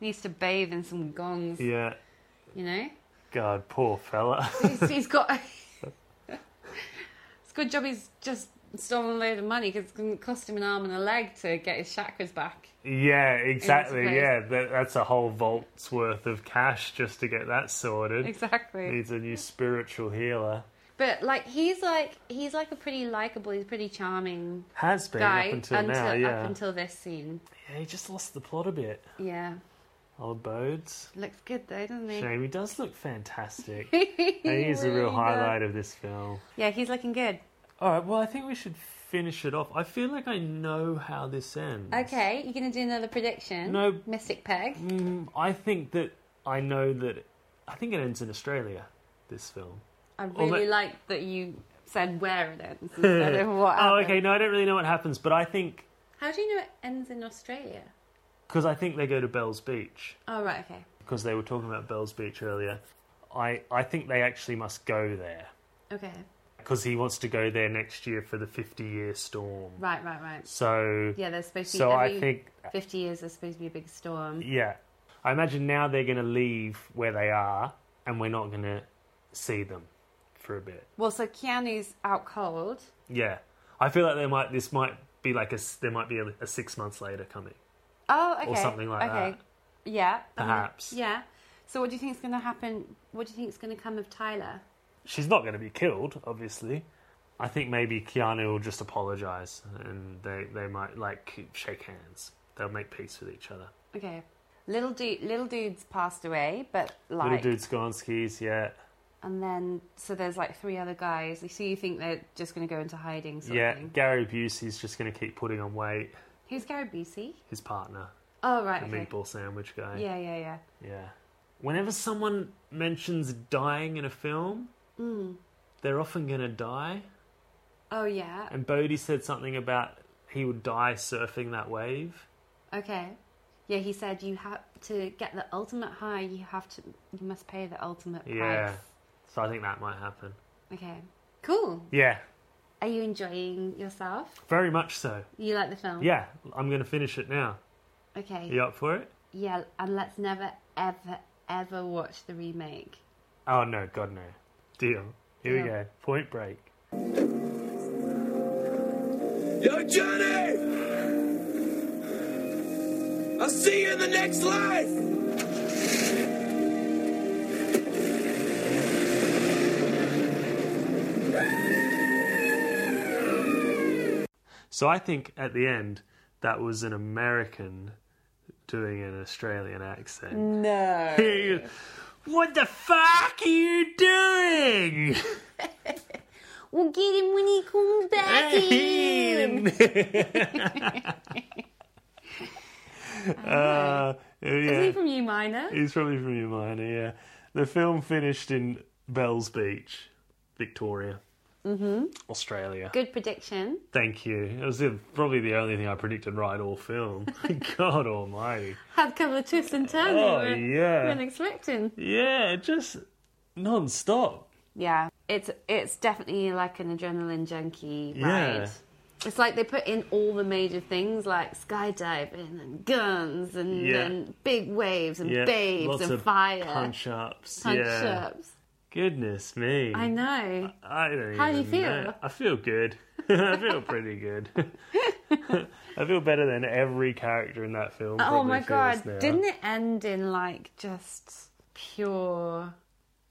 Speaker 2: He needs to bathe in some gongs.
Speaker 1: Yeah.
Speaker 2: You know,
Speaker 1: God, poor fella.
Speaker 2: he's, he's got. it's a good job he's just stolen a load of money because it's going to cost him an arm and a leg to get his chakras back.
Speaker 1: yeah, exactly.
Speaker 2: place.
Speaker 1: Yeah, that, that's a whole vault's worth of cash just to get that sorted.
Speaker 2: Exactly.
Speaker 1: Needs a new spiritual healer.
Speaker 2: But like he's like he's like a pretty likable, he's a pretty charming
Speaker 1: Has been
Speaker 2: guy
Speaker 1: up until now, yeah.
Speaker 2: up until this scene.
Speaker 1: Yeah, he just lost the plot a bit.
Speaker 2: Yeah,
Speaker 1: Old Bodes.
Speaker 2: looks good though, doesn't he?
Speaker 1: Shame he does look fantastic.
Speaker 2: He
Speaker 1: He's a
Speaker 2: really
Speaker 1: real
Speaker 2: does.
Speaker 1: highlight of this film.
Speaker 2: Yeah, he's looking good.
Speaker 1: All right, well, I think we should finish it off. I feel like I know how this ends.
Speaker 2: Okay, you're gonna do another prediction?
Speaker 1: No.
Speaker 2: Mystic Peg.
Speaker 1: Mm, I think that I know that. I think it ends in Australia. This film.
Speaker 2: I
Speaker 1: Oh,
Speaker 2: really
Speaker 1: but-
Speaker 2: like that you said where it ends instead of what.
Speaker 1: oh,
Speaker 2: happened.
Speaker 1: okay. No, I don't really know what happens, but I think
Speaker 2: How do you know it ends in Australia?
Speaker 1: because I think they go to Bell's Beach
Speaker 2: Oh right, okay,
Speaker 1: because they were talking about Bell's Beach earlier. I I think they actually must go there
Speaker 2: okay,
Speaker 1: because he wants to go there next year for the fifty-year storm.
Speaker 2: right, right, right.
Speaker 1: So
Speaker 2: Yeah, there's supposed to be.
Speaker 1: so
Speaker 2: every
Speaker 1: I think
Speaker 2: fifty years there's supposed to be a big storm.
Speaker 1: yeah. I imagine now they're going to leave where they are, and we're not going to see them for a bit.
Speaker 2: Well, so Keanu's out cold.
Speaker 1: Yeah, I feel like there might this might be like a s- there might be a, a six months later coming.
Speaker 2: Oh, okay.
Speaker 1: something like
Speaker 2: okay. Yeah. I mean,
Speaker 1: Perhaps.
Speaker 2: yeah. So what do you think is going to happen? What do you think is going to come of Tyler?
Speaker 1: She's not going to be killed, obviously. I think maybe Keanu will just apologize and they they might like shake hands. They'll make peace with each other.
Speaker 2: Okay. Little dude, little dude's passed away, but like,
Speaker 1: Little dude's gone skis, yeah,
Speaker 2: and then so there's like three other guys. So you think they're just going to go into hiding? Sort
Speaker 1: yeah.
Speaker 2: Of thing.
Speaker 1: Gary Busey's just going to keep putting on weight.
Speaker 2: Who's Gary Busey?
Speaker 1: His partner,
Speaker 2: Oh
Speaker 1: the
Speaker 2: right. Okay.
Speaker 1: meatball sandwich guy.
Speaker 2: Yeah, yeah, yeah.
Speaker 1: Yeah. Whenever someone mentions dying in a film,
Speaker 2: Mm.
Speaker 1: they're often going to die.
Speaker 2: Oh yeah.
Speaker 1: And Bodhi said something about he would die surfing that wave.
Speaker 2: Okay. Yeah, he said you have to get the ultimate high. You have to. You must pay the ultimate price.
Speaker 1: Yeah. So I think that might happen.
Speaker 2: Okay. Cool.
Speaker 1: Yeah.
Speaker 2: Are you enjoying yourself?
Speaker 1: Very much so.
Speaker 2: You like the film?
Speaker 1: Yeah. I'm going to finish it now.
Speaker 2: Okay.
Speaker 1: You up for it?
Speaker 2: Yeah, and let's never, ever, ever watch the remake.
Speaker 1: Oh, no. God, no. Deal. Here we
Speaker 2: Deal.
Speaker 1: go. Point break.
Speaker 4: Yo, Johnny! I'll see you in the next life!
Speaker 1: So I think at the end, that was an American doing an Australian accent.
Speaker 2: No.
Speaker 1: He goes, What the fuck are you doing?
Speaker 2: We'll get him when he comes back in.
Speaker 1: uh,
Speaker 2: Is he
Speaker 1: yeah,
Speaker 2: from U minor?
Speaker 1: he's probably from your minor. Yeah, the film finished in Bells Beach, Victoria, mm-hmm. Australia.
Speaker 2: Good prediction.
Speaker 1: Thank you. It was the- probably the only thing I predicted right all film. God Almighty.
Speaker 2: Had a couple of twists and turns.
Speaker 1: Oh,
Speaker 2: we weren't-
Speaker 1: yeah.
Speaker 2: we weren't expecting.
Speaker 1: Yeah, just non-stop.
Speaker 2: Yeah, it's it's definitely like an adrenaline junkie ride.
Speaker 1: Yeah.
Speaker 2: It's like they put in all the major things like skydiving and guns and,
Speaker 1: Yeah.
Speaker 2: and big waves and
Speaker 1: Yeah,
Speaker 2: babes
Speaker 1: lots
Speaker 2: and
Speaker 1: of
Speaker 2: fire.
Speaker 1: punch-ups.
Speaker 2: punch
Speaker 1: yeah.
Speaker 2: ups.
Speaker 1: Goodness me.
Speaker 2: I know.
Speaker 1: I don't
Speaker 2: How do you
Speaker 1: even
Speaker 2: feel?
Speaker 1: know. I feel good. I feel pretty good. I feel better than every character in that film.
Speaker 2: Oh
Speaker 1: probably
Speaker 2: my
Speaker 1: feels
Speaker 2: god!
Speaker 1: now.
Speaker 2: Didn't it end in like just pure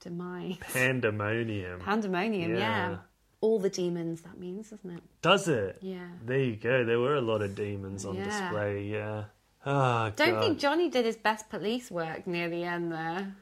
Speaker 2: demise,
Speaker 1: pandemonium?
Speaker 2: pandemonium? Yeah.
Speaker 1: Yeah.
Speaker 2: all the demons. That means, doesn't it?
Speaker 1: Does it?
Speaker 2: Yeah.
Speaker 1: There you go. There were a lot of demons on
Speaker 2: Yeah.
Speaker 1: display. Yeah. Oh,
Speaker 2: Don't
Speaker 1: God.
Speaker 2: think Johnny did his best police work near the end there.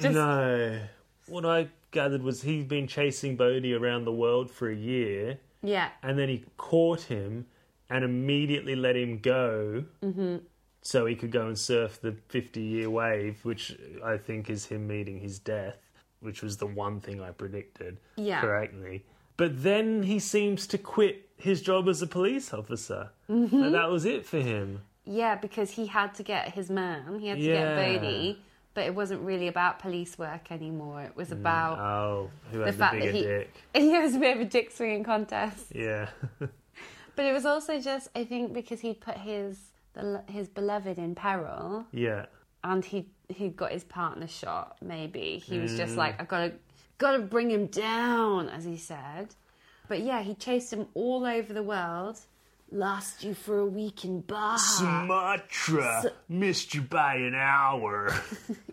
Speaker 1: No. What I gathered was he'd been chasing Bodhi around the world for a year,
Speaker 2: Yeah,
Speaker 1: and then he caught him and immediately let him go.
Speaker 2: Mm-hmm.
Speaker 1: so he could go and surf the 50 year wave, which I think is him meeting his death. which was the one thing I predicted
Speaker 2: Yeah.
Speaker 1: correctly. But then he seems to quit his job as a police officer.
Speaker 2: Mm-hmm.
Speaker 1: And that was it for him.
Speaker 2: Yeah, because he had to get his man, he had to
Speaker 1: Yeah.
Speaker 2: get Bodie, but it wasn't really about police work anymore. It was about
Speaker 1: Oh, who
Speaker 2: the
Speaker 1: had the,
Speaker 2: fact
Speaker 1: bigger
Speaker 2: that he
Speaker 1: dick?
Speaker 2: it was a bit of a dick swinging contest.
Speaker 1: Yeah.
Speaker 2: But it was also just I think because he'd put his the, his beloved in peril
Speaker 1: yeah.
Speaker 2: and he he got his partner shot. Maybe he was just like I gotta gotta bring him down, as he said. But yeah, he chased him all over the world. Last you for a week in Baja,
Speaker 1: Sumatra missed you by an hour.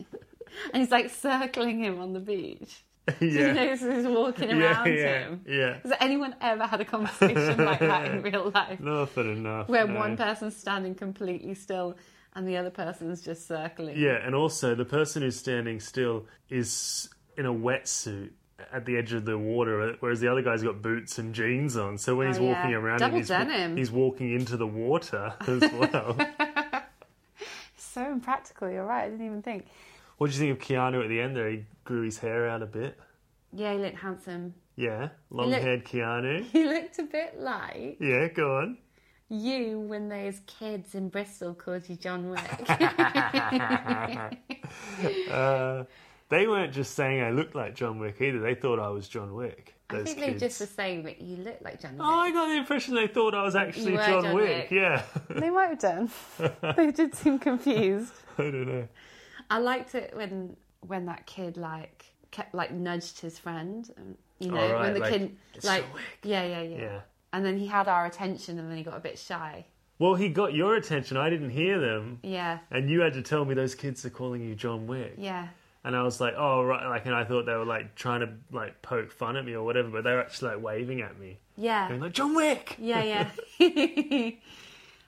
Speaker 2: and he's like circling him on the beach.
Speaker 1: yeah.
Speaker 2: You know, so he's walking
Speaker 1: yeah,
Speaker 2: around
Speaker 1: yeah,
Speaker 2: him.
Speaker 1: yeah.
Speaker 2: Has anyone ever had a conversation like that in real life?
Speaker 1: Nothing enough.
Speaker 2: where
Speaker 1: no.
Speaker 2: one person's standing completely still and the other person's just circling.
Speaker 1: Yeah, and also the person who's standing still is in a wetsuit at the edge of the water, whereas the other guy's got boots and jeans on. So when he's
Speaker 2: Oh, yeah.
Speaker 1: walking around,
Speaker 2: Double
Speaker 1: and he's, wa-
Speaker 2: denim.
Speaker 1: he's walking into the water as well.
Speaker 2: So impractical, you're right, I didn't even think.
Speaker 1: what do you think of Keanu at the end there? He grew his hair out a bit.
Speaker 2: Yeah, he looked handsome.
Speaker 1: Yeah, long haired Keanu.
Speaker 2: He looked a bit like
Speaker 1: Yeah, go on.
Speaker 2: you when those kids in Bristol called you John Wick.
Speaker 1: They weren't just saying I looked like John Wick either. They thought I was John Wick.
Speaker 2: I
Speaker 1: those
Speaker 2: think
Speaker 1: kids.
Speaker 2: they just were saying that you look like John Wick.
Speaker 1: Oh, I got the impression they thought I was actually
Speaker 2: were
Speaker 1: John,
Speaker 2: John
Speaker 1: Wick.
Speaker 2: Wick.
Speaker 1: Yeah,
Speaker 2: They might have done. they did seem confused.
Speaker 1: I don't know.
Speaker 2: I liked it when when that kid like kept like nudged his friend. And, you know,
Speaker 1: Oh, right,
Speaker 2: when the
Speaker 1: like,
Speaker 2: kid
Speaker 1: "It's
Speaker 2: like
Speaker 1: John Wick."
Speaker 2: yeah, yeah, yeah,
Speaker 1: Yeah.
Speaker 2: And then he had our attention, and then he got a bit shy.
Speaker 1: Well, he got your attention. I didn't hear them.
Speaker 2: Yeah,
Speaker 1: And you had to tell me those kids are calling you John Wick.
Speaker 2: yeah.
Speaker 1: And I was like, oh, right. Like, and I thought they were like trying to like poke fun at me or whatever, but they were actually like waving at me.
Speaker 2: Yeah,
Speaker 1: Going like, John Wick!
Speaker 2: yeah, yeah.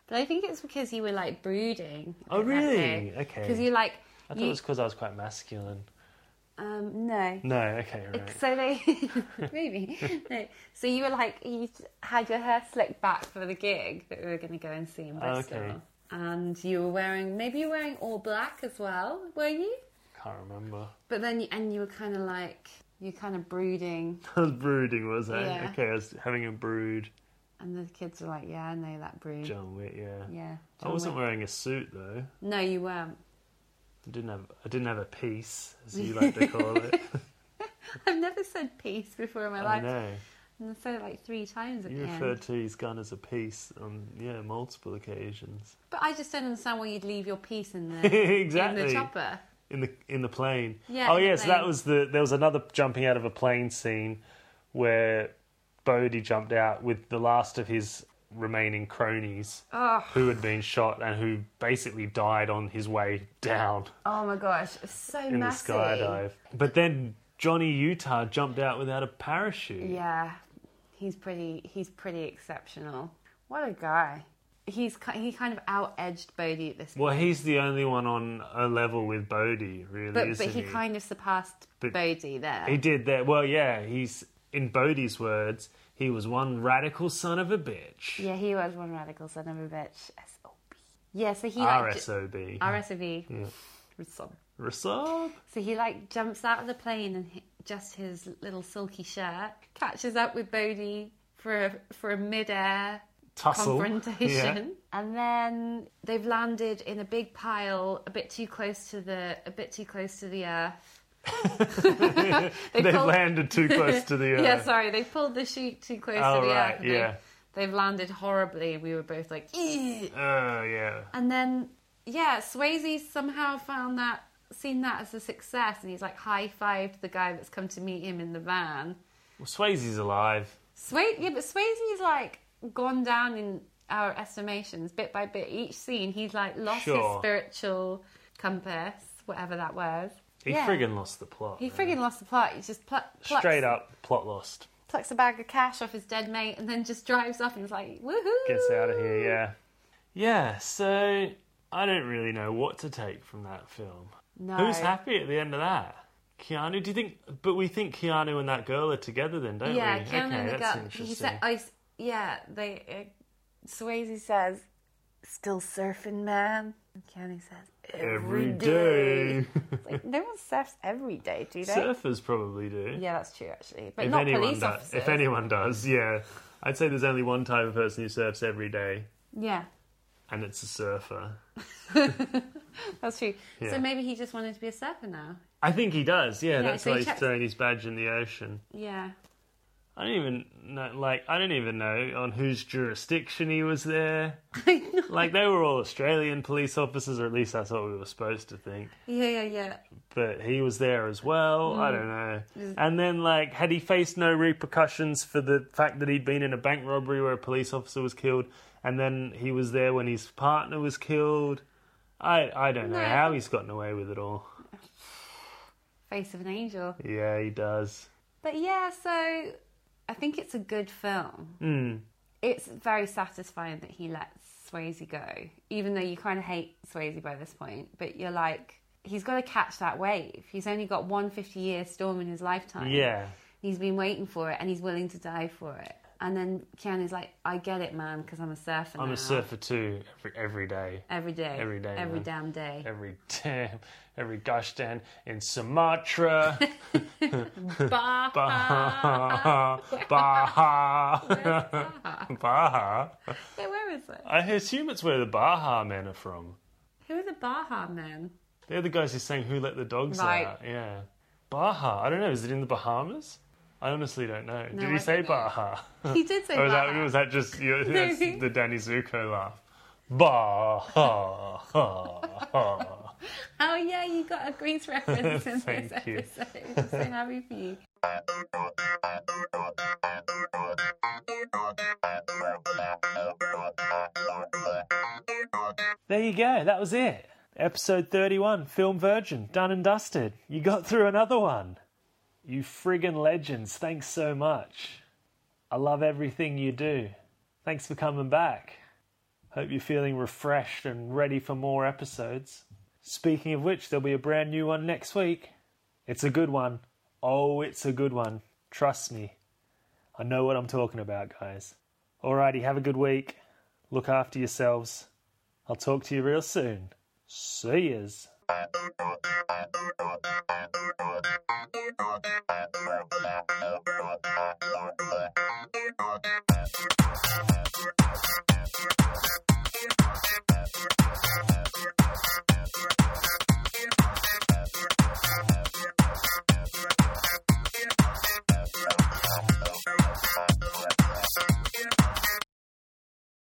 Speaker 2: but I think it's because you were like brooding.
Speaker 1: Oh, really? Okay.
Speaker 2: Because you like
Speaker 1: I thought
Speaker 2: you,
Speaker 1: it was because I was quite masculine.
Speaker 2: um no.
Speaker 1: No, okay, right.
Speaker 2: So they maybe no. So you were like you had your hair slicked back for the gig that we were going to go and see in Bristol,
Speaker 1: Okay.
Speaker 2: and you were wearing maybe you were wearing all black as well, were you?
Speaker 1: Can't remember.
Speaker 2: But then you, and you were kind of like you're kind of brooding,
Speaker 1: I was brooding, was I?
Speaker 2: Yeah.
Speaker 1: Okay, I was having a brood.
Speaker 2: and the kids were like, "Yeah, I know that brood."
Speaker 1: John Wick, yeah.
Speaker 2: Yeah,
Speaker 1: I wasn't
Speaker 2: Wick.
Speaker 1: wearing a suit though.
Speaker 2: No, you weren't.
Speaker 1: I didn't have. I didn't have a piece, as you like to call it.
Speaker 2: I've never said peace before in my
Speaker 1: I
Speaker 2: life.
Speaker 1: know.
Speaker 2: And I said it like three times at
Speaker 1: You
Speaker 2: the
Speaker 1: referred
Speaker 2: end.
Speaker 1: to his gun as a piece on yeah multiple occasions.
Speaker 2: But I just don't understand why you'd leave your piece in the
Speaker 1: exactly.
Speaker 2: in the chopper.
Speaker 1: in the in the plane.
Speaker 2: Yeah,
Speaker 1: Oh
Speaker 2: in the
Speaker 1: yes, that
Speaker 2: plane.
Speaker 1: was the there was another jumping out of a plane scene where Bodhi jumped out with the last of his remaining cronies who had been shot and who basically died on his way down
Speaker 2: Oh my gosh, it's so
Speaker 1: in
Speaker 2: messy.
Speaker 1: the skydive. But then Johnny Utah jumped out without a parachute.
Speaker 2: Yeah, he's pretty. He's pretty exceptional. What a guy. He's ki- he kind of out edged Bodhi at this point,
Speaker 1: Well, he's the only one on a level with Bodhi, really,
Speaker 2: but
Speaker 1: isn't
Speaker 2: but he
Speaker 1: he?
Speaker 2: kind of surpassed
Speaker 1: But-
Speaker 2: Bodhi there.
Speaker 1: He did that. Well, yeah, he's in Bodhi's words, he was one radical son of a bitch.
Speaker 2: yeah, he was one radical son of a bitch. S O B. Yeah, so he like ju-
Speaker 1: RSOB.
Speaker 2: RSOB. With some.
Speaker 1: Resub?
Speaker 2: So he like jumps out of the plane and hi just his little silky shirt catches up with Bodhi for a, for a mid air
Speaker 1: Tussle.
Speaker 2: confrontation. And then they've landed in a big pile, a bit too close to the, a bit too close to the earth.
Speaker 1: Yeah. They
Speaker 2: pulled-
Speaker 1: landed too close to the earth.
Speaker 2: Yeah, sorry, they pulled the chute too close
Speaker 1: Oh,
Speaker 2: to the
Speaker 1: right,
Speaker 2: earth. and they've-
Speaker 1: yeah.
Speaker 2: They've landed horribly. We were both like, "Ew."
Speaker 1: Oh, yeah.
Speaker 2: and then yeah, Swayze somehow found that, seen that as a success, and he's like high fived the guy that's come to meet him in the van.
Speaker 1: Well, Swayze's alive.
Speaker 2: Sway- yeah, but Swayze's like gone down in our estimations bit by bit. Each scene, he's like lost his
Speaker 1: Sure.
Speaker 2: spiritual compass, whatever that was.
Speaker 1: He
Speaker 2: Yeah.
Speaker 1: friggin' lost the plot.
Speaker 2: He
Speaker 1: man.
Speaker 2: friggin' lost the plot. He just pl- plucks,
Speaker 1: Straight up, plot lost.
Speaker 2: plucks a bag of cash off his dead mate and then just drives off and is like, woohoo!
Speaker 1: Gets out of here, yeah. Yeah, so I don't really know what to take from that film.
Speaker 2: No.
Speaker 1: Who's happy at the end of that? Keanu, do you think? But we think Keanu and that girl are together, then, don't
Speaker 2: Yeah,
Speaker 1: we?
Speaker 2: Keanu and the
Speaker 1: that's
Speaker 2: girl.
Speaker 1: interesting.
Speaker 2: He said, I s yeah, they. Uh, Swayze says, still surfing, man. Keanu says, every day. It's like, no one surfs every day, do they?
Speaker 1: Surfers probably do.
Speaker 2: Yeah, that's true, actually. But
Speaker 1: if
Speaker 2: not
Speaker 1: anyone
Speaker 2: police
Speaker 1: does,
Speaker 2: officers.
Speaker 1: if anyone does, yeah, I'd say there's only one type of person who surfs every day,
Speaker 2: Yeah,
Speaker 1: and it's a surfer.
Speaker 2: that's true.
Speaker 1: Yeah.
Speaker 2: So maybe he just wanted to be a surfer now.
Speaker 1: I think he does. Yeah, that's
Speaker 2: so he
Speaker 1: why he's
Speaker 2: checks-
Speaker 1: throwing his badge in the ocean.
Speaker 2: Yeah.
Speaker 1: I don't even know. Like, I don't even know on whose jurisdiction he was there. Like, they were all Australian police officers, or at least that's what we were supposed to think.
Speaker 2: Yeah, yeah, yeah.
Speaker 1: But he was there as well. I don't know. And then, like, had he faced no repercussions for the fact that he'd been in a bank robbery where a police officer was killed, and then he was there when his partner was killed? I I don't know
Speaker 2: No.
Speaker 1: how he's gotten away with it all.
Speaker 2: Face of an angel.
Speaker 1: Yeah, he does.
Speaker 2: But yeah, so I think it's a good film.
Speaker 1: Hmm.
Speaker 2: It's very satisfying that he lets Swayze go, even though you kind of hate Swayze by this point. But you're like, he's got to catch that wave. He's only got one 50 year storm in his lifetime.
Speaker 1: Yeah.
Speaker 2: He's been waiting for it and he's willing to die for it. And then Keanu's like, I get it, man, because I'm a surfer
Speaker 1: I'm
Speaker 2: now.
Speaker 1: a surfer too, every, every day.
Speaker 2: Every day.
Speaker 1: Every day,
Speaker 2: Every
Speaker 1: man.
Speaker 2: damn day.
Speaker 1: every damn, every gosh damn in Sumatra,
Speaker 2: Bah.
Speaker 1: Baja, Baja, Baja.
Speaker 2: Yeah, where is it?
Speaker 1: I assume it's where the Baja men are from.
Speaker 2: Who are the Baja men?
Speaker 1: They're the guys who sang "Who Let the Dogs
Speaker 2: Right.
Speaker 1: Out." Yeah, Baja. I don't know. Is it in the Bahamas? I honestly don't know. Did
Speaker 2: I
Speaker 1: he say
Speaker 2: don't know.
Speaker 1: Baja,
Speaker 2: He did say
Speaker 1: or was Oh, that
Speaker 2: Baja.
Speaker 1: was that just your, that's the Danny Zuko laugh? Baja.
Speaker 2: Oh yeah, you got a Greece reference in this
Speaker 1: Thank you.
Speaker 2: episode. I'm so happy for you.
Speaker 1: There you go. That was it. Episode 31, Film Virgin, done and dusted. You got through another one. You friggin' legends. Thanks so much. I love everything you do. Thanks for coming back. Hope you're feeling refreshed and ready for more episodes. Speaking of which, there'll be a brand new one next week. It's a good one. Oh, it's a good one. Trust me. I know what I'm talking about, guys. Alrighty, have a good week. Look after yourselves. I'll talk to you real soon. See yas.